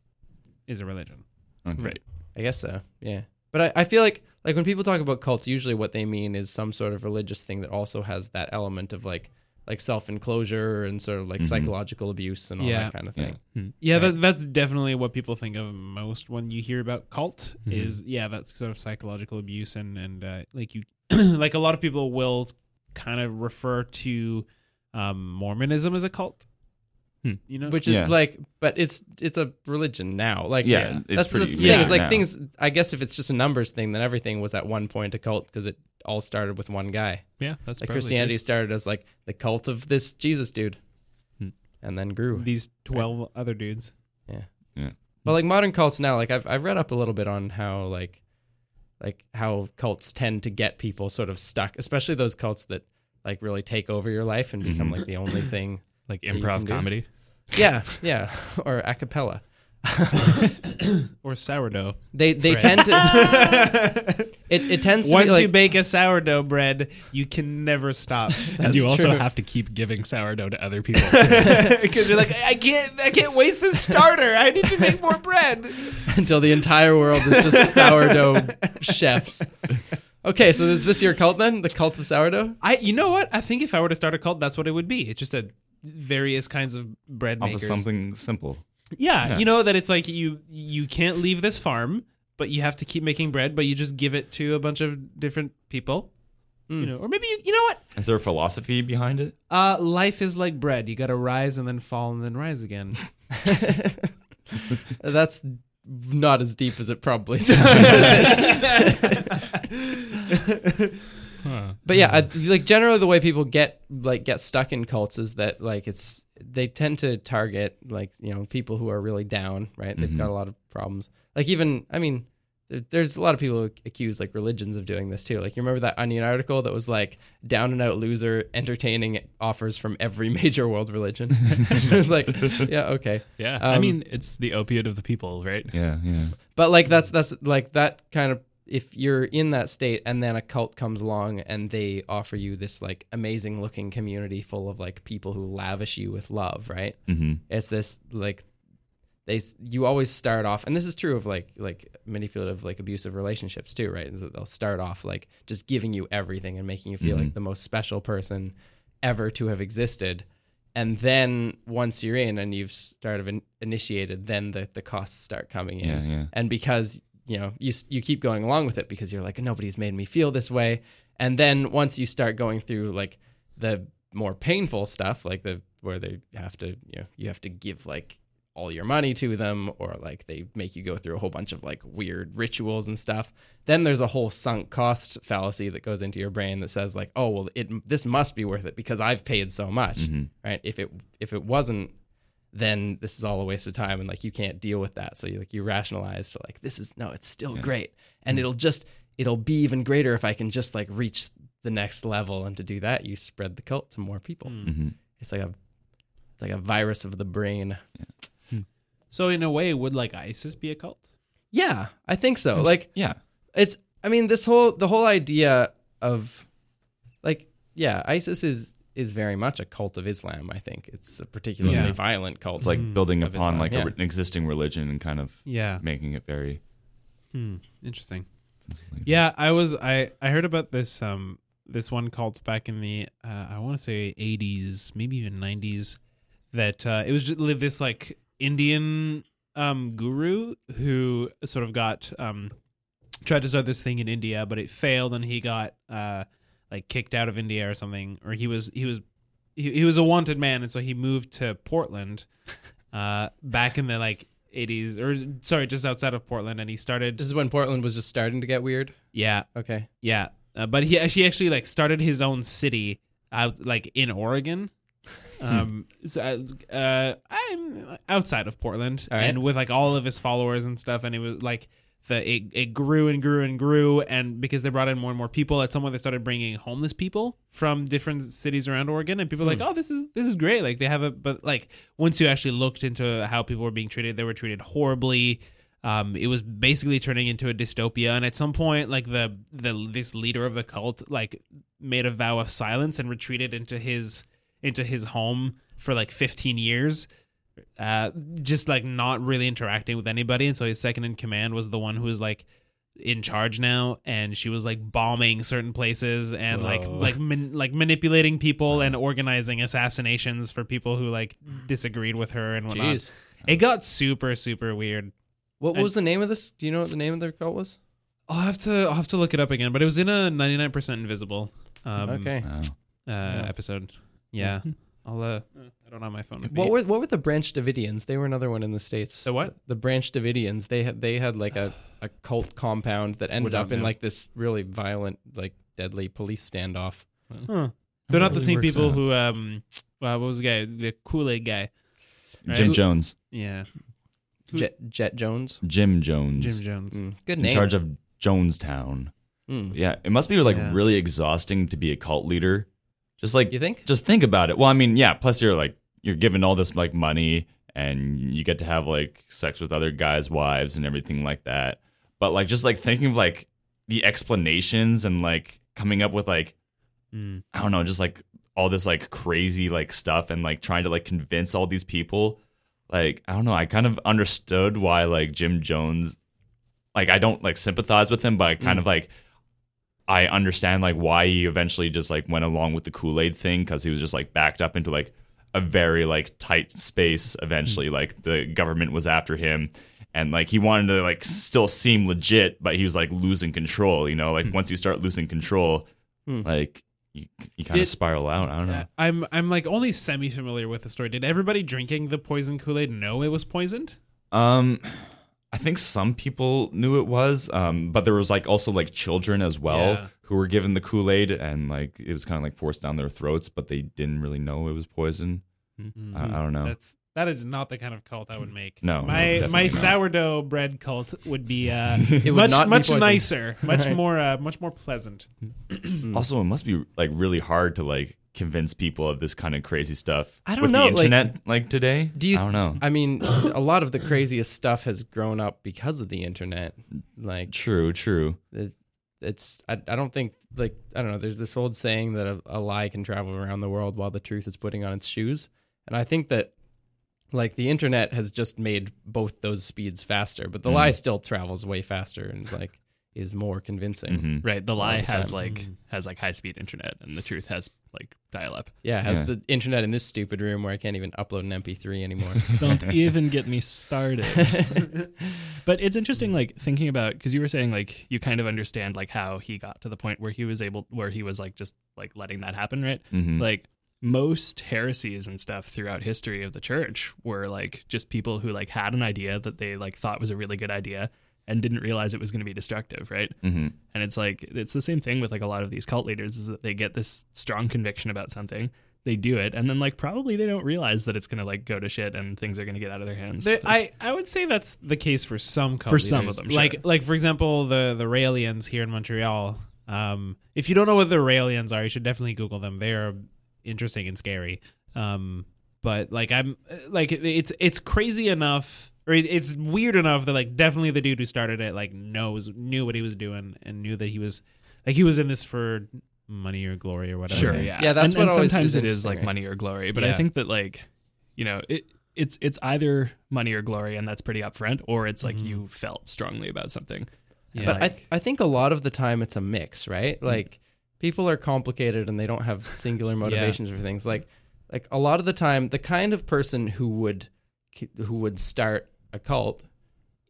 is a religion. Okay. Right. I guess so. Yeah. But I, I feel like like when people talk about cults, usually what they mean is some sort of religious thing that also has that element of like like self enclosure and sort of Mm-hmm. like psychological abuse and all Yeah. that kind of thing. Yeah, that, that's definitely what people think of most when you hear about cult is yeah, that's sort of psychological abuse and and uh, like you [clears throat] like a lot of people will kind of refer to um, Mormonism as a cult. Hmm. You know, Which is Yeah. like but it's it's a religion now. Like Yeah, it's that's pretty- the thing. yeah, is like now. things I guess if it's just a numbers thing, then everything was at one point a cult because it all started with one guy. Yeah, that's Like probably true. Christianity started as like the cult of this Jesus dude. Hmm. And then grew. these twelve other dudes. But like modern cults now, like I've I've read up a little bit on how like like how cults tend to get people sort of stuck, especially those cults that like really take over your life and become like the Mm-hmm. only thing. Like you can improv do. comedy. Yeah, yeah, [laughs] or a cappella. Or sourdough. They they tend to [laughs] it, it tends to Once be like you bake a sourdough bread, you can never [laughs] stop and you That's also true. have to keep giving sourdough to other people. [laughs] because you're like, I can't, I can't waste this starter. I need to make more bread. [laughs] until the entire world is [laughs] just sourdough chefs. Okay, so is this your cult then? The cult of sourdough? I, you know what? I think if I were to start a cult, that's what it would be. It's just a various kinds of bread Off of makers. something simple. Yeah, you know that it's like you you can't leave this farm, but you have to keep making bread, but you just give it to a bunch of different people. You know, or maybe you, you know what? Is there a philosophy behind it? Uh, life is like bread. You got to rise and then fall and then rise [laughs] again. That's not as deep as it probably sounds. but yeah, I, like generally the way people get like get stuck in cults is that like it's they tend to target like you know people who are really down, right? They've got a lot of problems. Like even I mean, there- there's a lot of people who accuse like religions of doing this too. Like you remember that Onion article that was like down and out loser entertaining offers from every [laughs] major world religion. it was like, yeah, okay. Yeah, I Um, mean it's the opiate of the people, right? Yeah, yeah. But like that's that's like that kind of if you're in that state and then a cult comes along and they offer you this like amazing looking community full of like people who lavish you with love, right? Mhm. It's this like they you always start off and this is true of like like manipulative like abusive relationships too, right? Is that they'll start off like just giving you everything and making you feel Mm-hmm. like the most special person ever to have existed. And then once you're in and you've started of in- initiated, then the, the costs start coming in Yeah, yeah. and because you know you s- you keep going along with it because you're like nobody's made me feel this way and then once you start going through like the more painful stuff like the where they have to you know you have to give like all your money to them or like they make you go through a whole bunch of like weird rituals and stuff then there's a whole sunk cost fallacy that goes into your brain that says like oh well it this must be worth it because i've paid so much right if it if it wasn't then this is all a waste of time and like you can't deal with that so you like you rationalize to like this is no it's still great and it'll just it'll be even greater if i can just like reach the next level and to do that you spread the cult to more people Mm-hmm. it's like a it's like a virus of the brain so in a way, would like ISIS be a cult? yeah i think so like Yeah. it's i mean this whole the whole idea of like yeah isis is is very much a cult of islam i think it's a particularly Mm. Yeah. violent cult It's like building Of upon Islam, like a Hmm, yeah. re- an existing religion and kind of Yeah. making it very Hmm. Interesting. like- Yeah, I was I I heard about this um this one cult back in the uh, I want to say 80s, maybe even 90s that uh, it was just li- this like Indian um guru who sort of got um tried to start this thing in India, but it failed and he got uh like kicked out of India or something or he was he was he, he was a wanted man and so he moved to Portland uh back in the like 80s or sorry just outside of Portland and he started this is when portland was just starting to get weird yeah okay yeah, uh, but he actually actually like started his own city out like in Oregon. Hmm. Um, so, uh, uh, I'm outside of Portland, All right. and with like all of his followers and stuff, and it was like the it, it grew and grew and grew, and because they brought in more and more people, at some point they started bringing homeless people from different cities around Oregon, and people were Hmm. like, oh, this is this is great, like they have a, but like once you actually looked into how people were being treated, they were treated horribly. Um, it was basically turning into a dystopia, and at some point, like the the this leader of the cult like made a vow of silence and retreated into his into his home for like 15 years, uh, just like not really interacting with anybody. And so his second in command was the one who was like in charge now, and she was like bombing certain places and like like man, like manipulating people and organizing assassinations for people who like disagreed with her and whatnot. jeez It got super super weird. What, what was the name of this? Do you know what the name of their cult was? I'll have to I'll have to look it up again, but it was in a 99% invisible um, Okay. Wow. uh, episode. Yeah. I'll uh, I don't have my phone with me. What were what were the Branch Davidians? They were another one in the states. The what? The Branch Davidians. They had they had like a, a cult compound that ended not up in know. like this really violent, like deadly police standoff. Huh. They're not the really same works people out. who um well, what was the guy? The Kool-Aid guy. Right. Jim Who- Jones. Yeah. Who- Jet Jet Jones. Jim Jones. Jim Jones. Mm, Good in name. charge of Jonestown. Mm. Yeah, it must be like Yeah. really exhausting to be a cult leader. Just like You think? just think about it. Well, I mean, yeah. Plus, you're like you're given all this like money, and you get to have like sex with other guys' wives and everything like that. But like just like thinking of like the explanations and like coming up with like Mm. I don't know, just like all this like crazy like stuff and like trying to like convince all these people. Like I don't know, I kind of understood why like Jim Jones, like I don't like sympathize with him, but I kind of like I understand like why he eventually just like went along with the Kool Aid thing because he was just like backed up into like a very like tight space eventually like the government was after him and like he wanted to like still seem legit but he was like losing control you know like once you start losing control like you, you kind of Did- spiral out i don't know I'm I'm like only semi familiar with the story. Did everybody drinking the poison Kool Aid know it was poisoned? Um, I think some people knew it was, um, but there was like also like children as well Yeah. who were given the Kool Aid and like it was kind of like forced down their throats, but they didn't really know it was poison. I, I don't know. That's Mm-hmm. that is not the kind of cult I would make. No, no, my definitely my not. sourdough bread cult would be uh, would much not be much poisoned. nicer, much Right. more uh, much more pleasant. Mm-hmm. also, it must be like really hard to like convince people of this kind of crazy stuff. I don't with know, the like- internet like, today. Do you? I don't know. I mean, a lot of the craziest stuff has grown up because of the internet. Like True, true. it, it's, I, I don't think like I don't know. There's this old saying that a, a lie can travel around the world while the truth is putting on its shoes, and I think that like the internet has just made both those speeds faster, but the lie still travels way faster and is like is more convincing. Right. The lie the has time. like has like high speed internet, and the truth has like dial up. Yeah, it has Yeah. the internet in this stupid room where I can't even upload an MP3 anymore. [laughs] Don't even get me [laughs] started. but it's interesting, like thinking about because you were saying like you kind of understand like how he got to the point where he was able where he was like just like letting that happen, right? Mhm. Like most heresies and stuff throughout history of the church were like just people who like had an idea that they like thought was a really good idea and didn't realize it was going to be destructive, right? Mhm. And it's like it's the same thing with like a lot of these cult leaders is that they get this strong conviction about something, they do it, and then like probably they don't realize that it's gonna like go to shit and things are gonna get out of their hands. There- I, I would say that's the case for some cult For some leaders. of them, sure. Like like for example the the Raelians here in Montreal. Um, if you don't know what the Raelians are, you should definitely Google them. They are interesting and scary. Um, but like I'm like it's it's crazy enough or it, it's weird enough that like definitely the dude who started it like knows knew what he was doing and knew that he was like he was in this for money or glory or whatever. sure, yeah, Yeah, and, that's and what always sometimes is it is interesting, like right? money or glory, but I Yeah. think that like you know it. It's it's either money or glory, and that's pretty upfront, or it's like you felt strongly about something. Yeah, But I, th- I think a lot of the time it's a mix, right? Like people are complicated and they don't have singular motivations for things. Like like a lot of the time, the kind of person who would ki- who would start a cult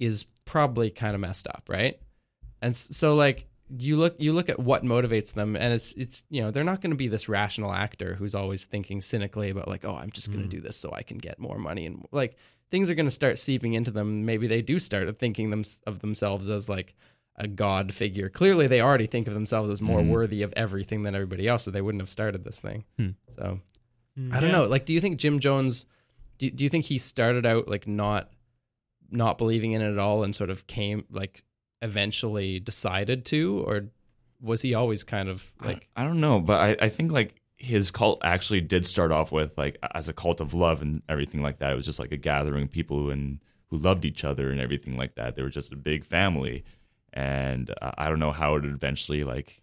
is probably kind of messed up, right? And s- so like you look you look at what motivates them and it's it's you know they're not going to be this rational actor who's always thinking cynically about like oh I'm just going to do this so I can get more money and like things are going to start seeping into them maybe they do start thinking them of themselves as like a god figure clearly they already think of themselves as more worthy of everything than everybody else so they wouldn't have started this thing so I don't know like do you think Jim Jones do, do you think he started out like not not believing in it at all and sort of came like eventually decided to or was he always kind of like I don't know, but I, I think like his cult actually did start off with like a- as a cult of love and everything like that. It was just like a gathering of people who and who loved each other and everything like that. They were just a big family, and uh, I don't know how it eventually like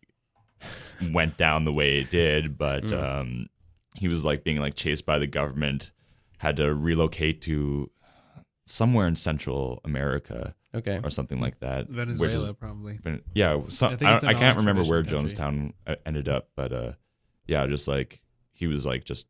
[sighs] went down the way it did, but um, he was like being like chased by the government, had to relocate to somewhere in Central America okay or something like that. which is- Venezuela probably. been- yeah so, I I, think it's an I can't Amish remember where tradition jonestown uh, ended up but uh yeah just like he was like just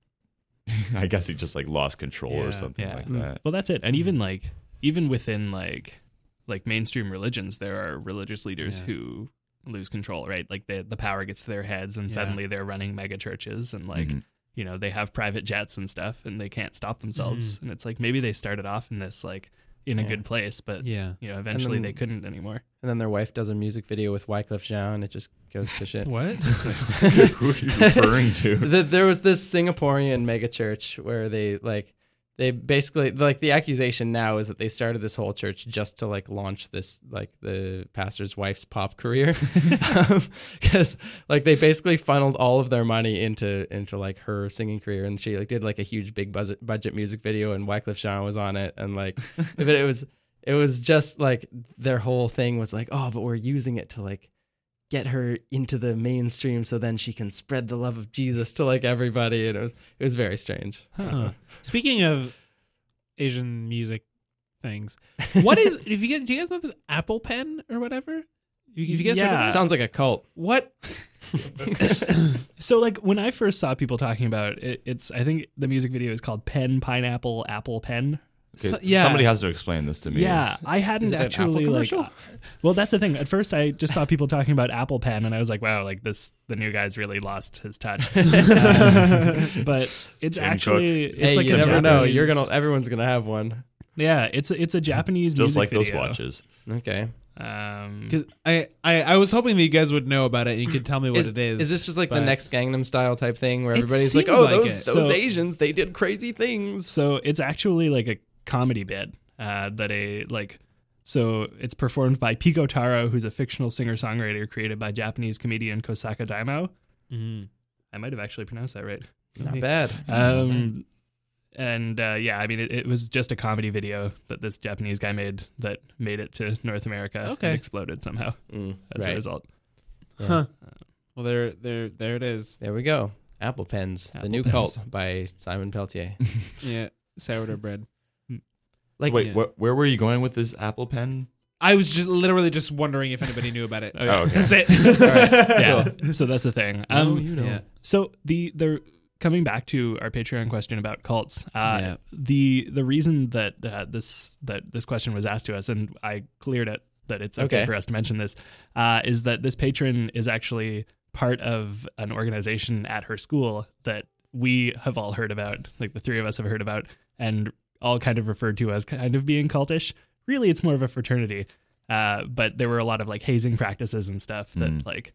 [laughs] i guess he just like lost control Yeah, or something yeah. like Mm. [laughs] that Well, that's it. And even like even within like like mainstream religions, there are religious leaders Yeah. who lose control, right? Like the the power gets to their heads, and Yeah. suddenly they're running mega churches, and like Mhm. you know they have private jets and stuff, and they can't stop themselves. And it's like maybe they started off in this like in a Yeah. good place, but Yeah. you know eventually then- they couldn't anymore. and then their wife does a music video with wyclef jean and it just goes to shit [laughs] What? who are you referring to Th there was this singaporean mega church where they like they basically like the accusation now is that they started this whole church just to like launch this like the pastor's wife's pop career because like they basically funneled all of their money into into like her singing career and she like did like a huge big budget budget music video and Wyclef Jean was on it and like but it was it was just like their whole thing was like oh but we're using it to like get her into the mainstream so then she can spread the love of Jesus to like everybody and it was it was very strange Huh. [laughs] Speaking of Asian music [laughs] things, what is? if you guys, do you guys know this Apple Pen or whatever? You, if you guys heard of Yeah. this? sounds like a cult what? So like when I first saw people talking about it, it's I think the music video is called Pen Pineapple Apple Pen. Okay, yeah. Somebody has to explain this to me. Yeah, I hadn't it an Apple actually like. commercial? [laughs] Well, that's the thing. At first, I just saw people talking about Apple Pen, and I was like, "Wow, like this, the new guy's really lost his touch." [laughs] Um, but it's Tim Cook. actually it's hey, like you the never Japanese, know. You're gonna. Everyone's gonna have one. yeah. It's a- it's a Japanese Just music like those video. watches. Okay. Um, Because I, I, I was hoping that you guys would know about it and you could tell me what Is, it is. is this just like the but- next Gangnam Style type thing where It everybody's like, seems "Oh, like those it. those So- Asians, they did crazy things." So it's actually like a comedy bit uh, that a like. So it's performed by Pico Taro, who's a fictional singer-songwriter created by Japanese comedian Kosaka Daimo. Mhm. I might have actually pronounced that right. Not bad. Um, and uh, yeah, I mean, it, it was just a comedy video that this Japanese guy made that made it to North America Okay. and exploded somehow Mm, as right. a result. Huh. Well, there, there, there it is. There we go. Apple Pens, the Apple new Pens. cult by [laughs] Simon Peltier. Yeah, sourdough bread. Like- So wait, Yeah. wh- where were you going with this Apple pen? I was just literally just wondering if anybody [laughs] knew about it. yeah. Oh, okay. That's [laughs] it. [laughs] Yeah, [laughs] so that's the thing. Um, Yeah. So the the coming back to our Patreon question about cults, uh, Yeah. the the reason that uh, this that this question was asked to us, and I cleared it that it's okay, Okay. for us to mention this, uh, is that this patron is actually part of an organization at her school that we have all heard about, like the three of us have heard about, and all kind of referred to as kind of being cultish. Really, it's more of a fraternity. Uh, but there were a lot of like hazing practices and stuff that Mm. like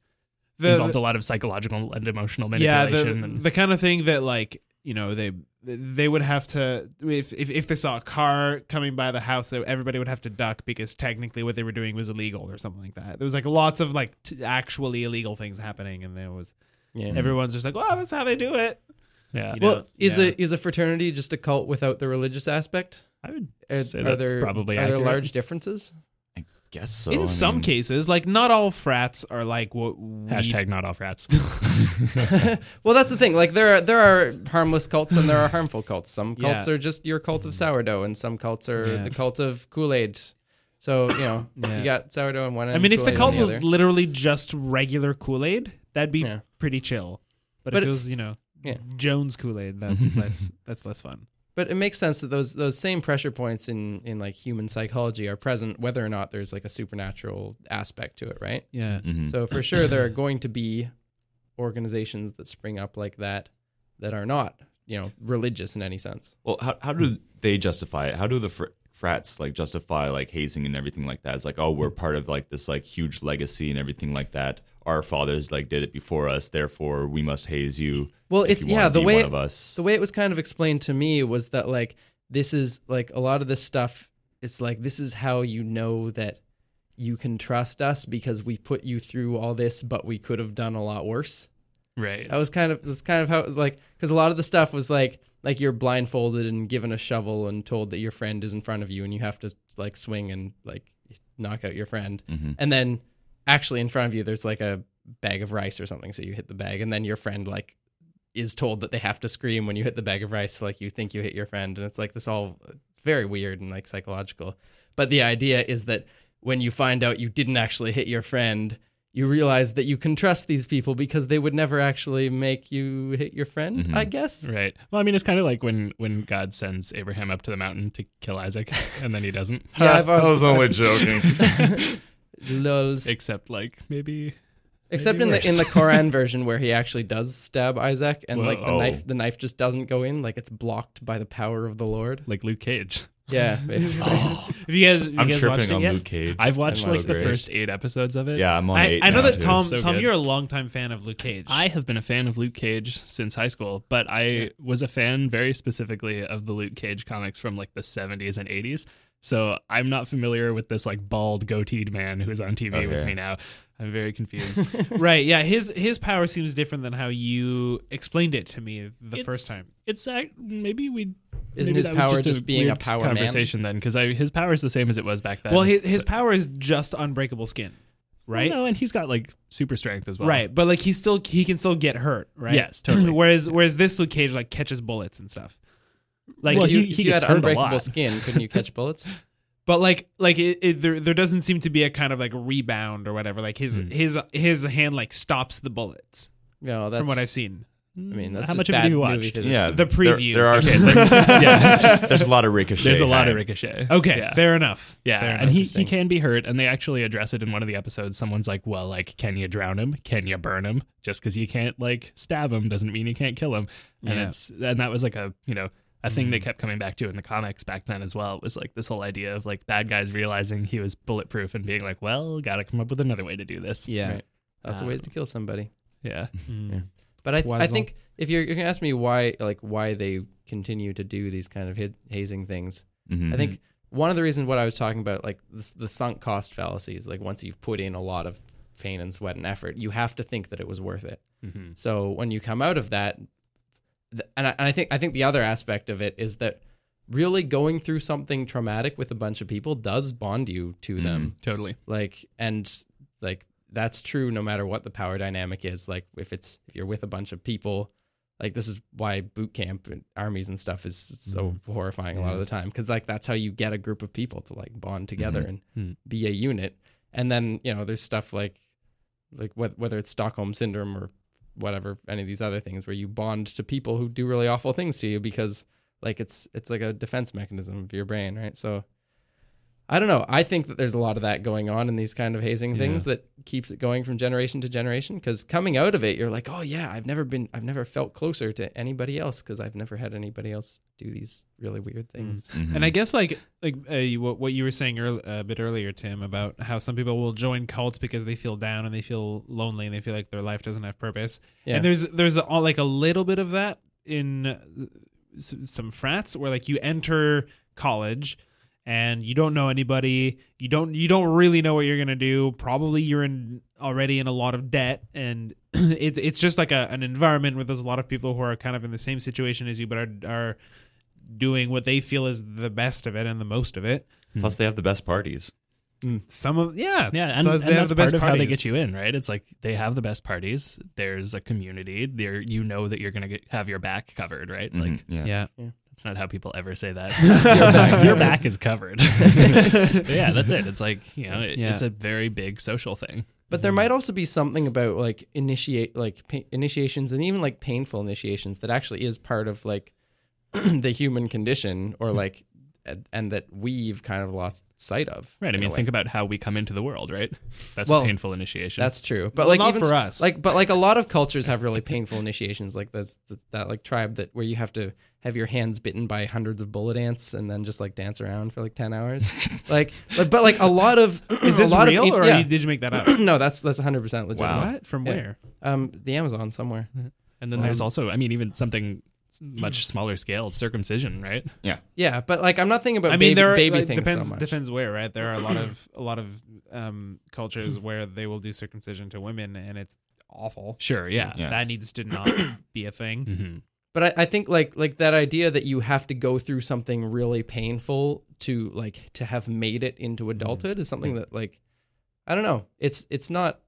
The- involved a lot of psychological and emotional yeah, manipulation. the, and, the kind of thing that like you know they they would have to if, if if they saw a car coming by the house, they- everybody would have to duck because technically what they were doing was illegal or something like that. There was like lots of like t- actually illegal things happening, and there was Yeah. everyone's just like, "Well, that's how they do it." yeah, you know? well, is yeah. a is a fraternity just a cult without the religious aspect? I would Are, say are that's there probably are accurate. there large differences? Guess so. In Oh, I some mean- cases, like not all frats are like what we Hashtag not all [laughs] frats. Well, that's the thing. Like there are there are harmless cults and [laughs] there are harmful cults. Some Yeah. Mm. cults are just your cult of sourdough, and some cults are Yeah. the cult of Kool Aid. So you know [coughs] Yeah. you got sourdough on one end. I mean, if the Kool-Aid on cult the was other. literally just regular Kool Aid, that'd be Yeah. pretty chill. But, But if it- it was, you know, Yeah. Jones Kool Aid, that's less that's less fun. But it makes sense that those those same pressure points in in like human psychology are present whether or not there's like a supernatural aspect to it, right? Yeah. Mhm. So for sure there are going to be organizations that spring up like that that are not, you know, religious in any sense. Well, how, how do they justify it? How do the fr- frats like justify like hazing and everything like that? It's like, oh, we're part of like this like huge legacy and everything like that. Our fathers like did it before us, therefore we must haze you. Well, if it's- you wanna yeah, the be way- one of us. the way it was kind of explained to me was that like this is like a lot of this stuff it's like this is how you know that you can trust us because we put you through all this but we could have done a lot worse right. Oh. that was kind of that's kind of how it was like because a lot of the stuff was like like you're blindfolded and given a shovel and told that your friend is in front of you and you have to like swing and like knock out your friend Mm-hmm. and then actually in front of you there's like a bag of rice or something so you hit the bag and then your friend like is told that they have to scream when you hit the bag of rice like you think you hit your friend and it's like this all it's very weird and like psychological but the idea is that when you find out you didn't actually hit your friend you realize that you can trust these people because they would never actually make you hit your friend i guess Right. Well, I mean, it's kind of like when when God sends Abraham up to the mountain to kill Isaac, [laughs] and then he doesn't. yeah i've I al- [laughs] was only joking. lols. Except like maybe. except in maybe the in worse. the Quran version where he actually does stab Isaac and like the Whoa. knife the knife just doesn't go in like it's blocked by the power of the Lord Like Luke Cage. yeah basically. Have you guys, have you I'm guys watched tripping it on yet? Luke Cage. I've watched That's like so the great. first eight episodes of it. yeah, I'm on I, eight. I know now, that too. Tom, So Tom, good. you're a longtime fan of Luke Cage. I have been a fan of Luke Cage since high school, but I was a fan very specifically of the Luke Cage comics from like the 70s and 80s. So I'm not familiar with this like bald goateed man who's on TV with Okay. me now. I'm very [laughs] confused. [laughs] right, yeah. His his power seems different than how you explained it to me the first It's- time. It's ac- maybe we Isn't maybe his that was power just, just being a weird power man? conversation then? Because his power is the same as it was back then. Well, his, his power is just unbreakable skin, right? no, and he's got like super strength as well. Right, but like he still he can still get hurt, right? Yes, totally. [laughs] whereas whereas this Luke Cage like catches bullets and stuff. Like Well, If you, he- if he you gets had hurt a unbreakable lot. [laughs] skin couldn't you catch bullets but like like it, it, there there doesn't seem to be a kind of like rebound or whatever. Like his Hmm. his his hand like stops the bullets No, that's from what I've seen. I mean, that's How just much of it bad have you movie watched? physics. Yeah, The there- preview. There, are Okay, [laughs] [laughs] some- like- yeah, there's a lot of ricochet. there's a lot of happening. ricochet. Okay, yeah. fair enough. Yeah, fair and he, he Interesting. can be hurt, and they actually address it in one of the episodes. Someone's like, "Well, like, can you drown him? Can you burn him? Just because you can't like stab him doesn't mean you can't kill him." And Yeah. Mm-hmm. it's and that was like a you know a thing they kept coming back to in the comics back then as well. It was like this whole idea of like bad guys realizing he was bulletproof and being like, "Well, gotta come up with another way to do this." yeah. Right. That's a ways to kill somebody. [laughs] yeah. But I, I Wazzle. think if you're, you're gonna ask me why, like why they continue to do these kind of hid, hazing things, Mhm. I think one of the reasons what I was talking about, like the, the sunk cost fallacy, is like once you've put in a lot of pain and sweat and effort, you have to think that it was worth it. So when you come out of that, th- and I, and I think I think the other aspect of it is that really going through something traumatic with a bunch of people does bond you to them Totally. like and like that's true no matter what the power dynamic is like if it's if you're with a bunch of people like this is why boot camp and armies and stuff is so horrifying a lot of the time because like that's how you get a group of people to like bond together and be a unit and then you know there's stuff like like wh- whether it's stockholm syndrome or whatever any of these other things where you bond to people who do really awful things to you because like it's it's like a defense mechanism of your brain right so I don't know. I think that there's a lot of that going on in these kind of hazing things that keeps it going from generation to generation. Because coming out of it, you're like, oh yeah, I've never been, I've never felt closer to anybody else because I've never had anybody else do these really weird things. Mm. Mm-hmm. And I guess like like uh, you- what what you were saying earl- a bit earlier, Tim, about how some people will join cults because they feel down and they feel lonely and they feel like their life doesn't have purpose. Yeah. And there's there's all like a little bit of that in uh, s- some frats where like you enter college and you don't know anybody you don't you don't really know what you're gonna do probably you're in already in a lot of debt and [clears throat] it's it's just like a, an environment where there's a lot of people who are kind of in the same situation as you but are are doing what they feel is the best of it and the most of it Plus, they have the best parties. some of yeah Yeah, and, so and they that's have the part best of how they parties. get you in, right? It's like they have the best parties. There's a community. There, you know that you're gonna get, have your back covered, right? Like Mhm. yeah. yeah That's not how people ever say [laughs] that. your, back, your back is [laughs] covered. But yeah, that's it. It's like, you know, it, Yeah. it's a very big social thing. But there might also be something about like initiate like pa- initiations and even like painful initiations that actually is part of like [clears throat] the human condition or Hmm. like and- and that we've kind of lost sight of. Right. I in a mean, way. think about how we come into the world, right? That's Well, a painful initiation. That's true, but like not even for s- us. like but like a lot of cultures have really painful initiations, like that's th- that like tribe that where you have to have your hands bitten by hundreds of bullet ants and then just like dance around for like ten [laughs] hours, like but, but like a lot of is this a lot real of, in- or are yeah. you, did you make that [coughs] [clears throat] up no, that's that's hundred percent legitimate. what from Yeah. where Um, the Amazon somewhere. and then there's also, I mean, even something much smaller scale, circumcision, right? Yeah. Yeah, but like I'm not thinking about I mean, baby, there are, baby like, things depends so much. depends where, right? There are a [coughs] lot of a lot of um, cultures where they will do circumcision to women, and it's awful. Sure. Yeah. Mm. Mm-hmm. Yeah. That needs [coughs] to not be a thing. But I, I think like like that idea that you have to go through something really painful to like to have made it into Mm-hmm. adulthood is something that like I don't know. It's it's not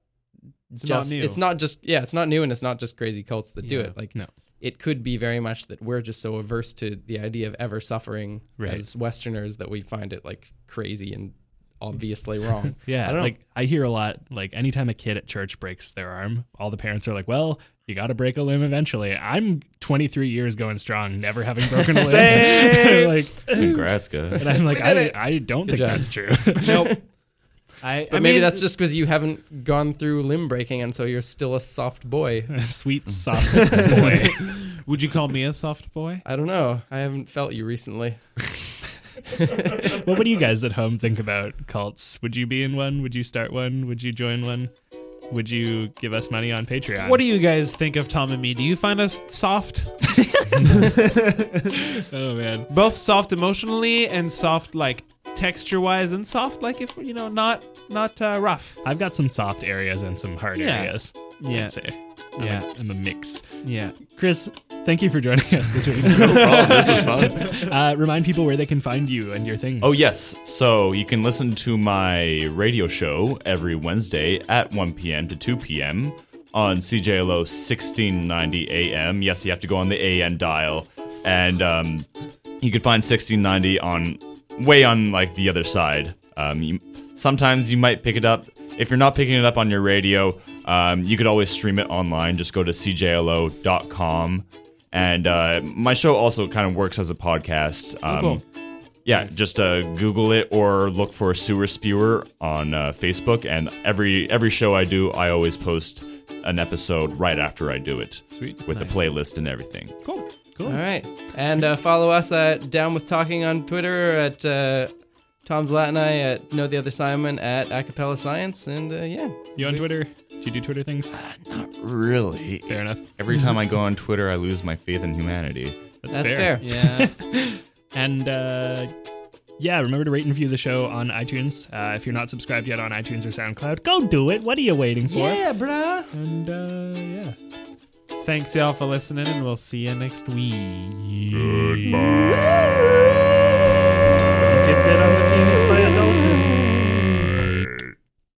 It's just not new. it's not just yeah, it's not new and it's not just crazy cults that do Yeah. it. Like No. it could be very much that we're just so averse to the idea of ever suffering Right. as Westerners that we find it like crazy [laughs] and obviously wrong. Yeah, I don't like I hear a lot. Like anytime a kid at church breaks their arm, all the parents are like, "Well, you got to break a limb eventually." I'm 23 years going strong, never having broken [laughs] a limb. [laughs] like, Congrats, guys. and I'm like, did I, it. I don't think job. that's true. [laughs] know. Nope. I, But maybe that's just because you haven't gone through limb breaking and so you're still a soft boy. [laughs] Sweet soft boy. Would you call me a soft boy? I don't know. I haven't felt you recently. well, what do you guys at home think about cults? Would you be in one? Would you start one? Would you join one? Would you give us money on Patreon? What do you guys think of Tom and me? Do you find us soft? Oh man. Both soft emotionally and soft like texture wise, and soft like if you know not not uh, rough. I've got some soft areas and some hard Yeah. areas. Yeah. I'd say. Yeah. I'm a mix. Yeah. Chris, thank you for joining us this week. this is fun. uh, remind people where they can find you and your things. Oh, yes. So you can listen to my radio show every Wednesday at 1 p.m. to 2 p.m. on CJLO 1690 AM. Yes, you have to go on the AM dial. And um, you can find 1690 on way on like the other side. Um, you, sometimes you might pick it up. If you're not picking it up on your radio, um, you could always stream it online. Just go to cjlo.com. And uh, my show also kind of works as a podcast. Um, Oh, cool. Yeah, just uh, Google it or look for Sewer Spewer on uh, Facebook. And every every show I do, I always post an episode right after I do it. Sweet. With a playlist and everything. Cool. Cool. All right. And uh, follow us at Down With Talking on Twitter, at uh, Tom's Latinai, at Know The Other Simon, at Acapella Science, and uh, yeah. You on Twitter? Do you do Twitter things? Really? Fair enough. Every time I go on Twitter, I lose my faith in humanity. That's, That's fair. fair. Yeah. And uh, yeah, remember to rate and review the show on iTunes. Uh, if you're not subscribed yet on iTunes or SoundCloud, go do it. What are you waiting for? Yeah, bruh. And uh, yeah. Thanks y'all for listening, and we'll see you next week. Get bit on the penis by a dolphin.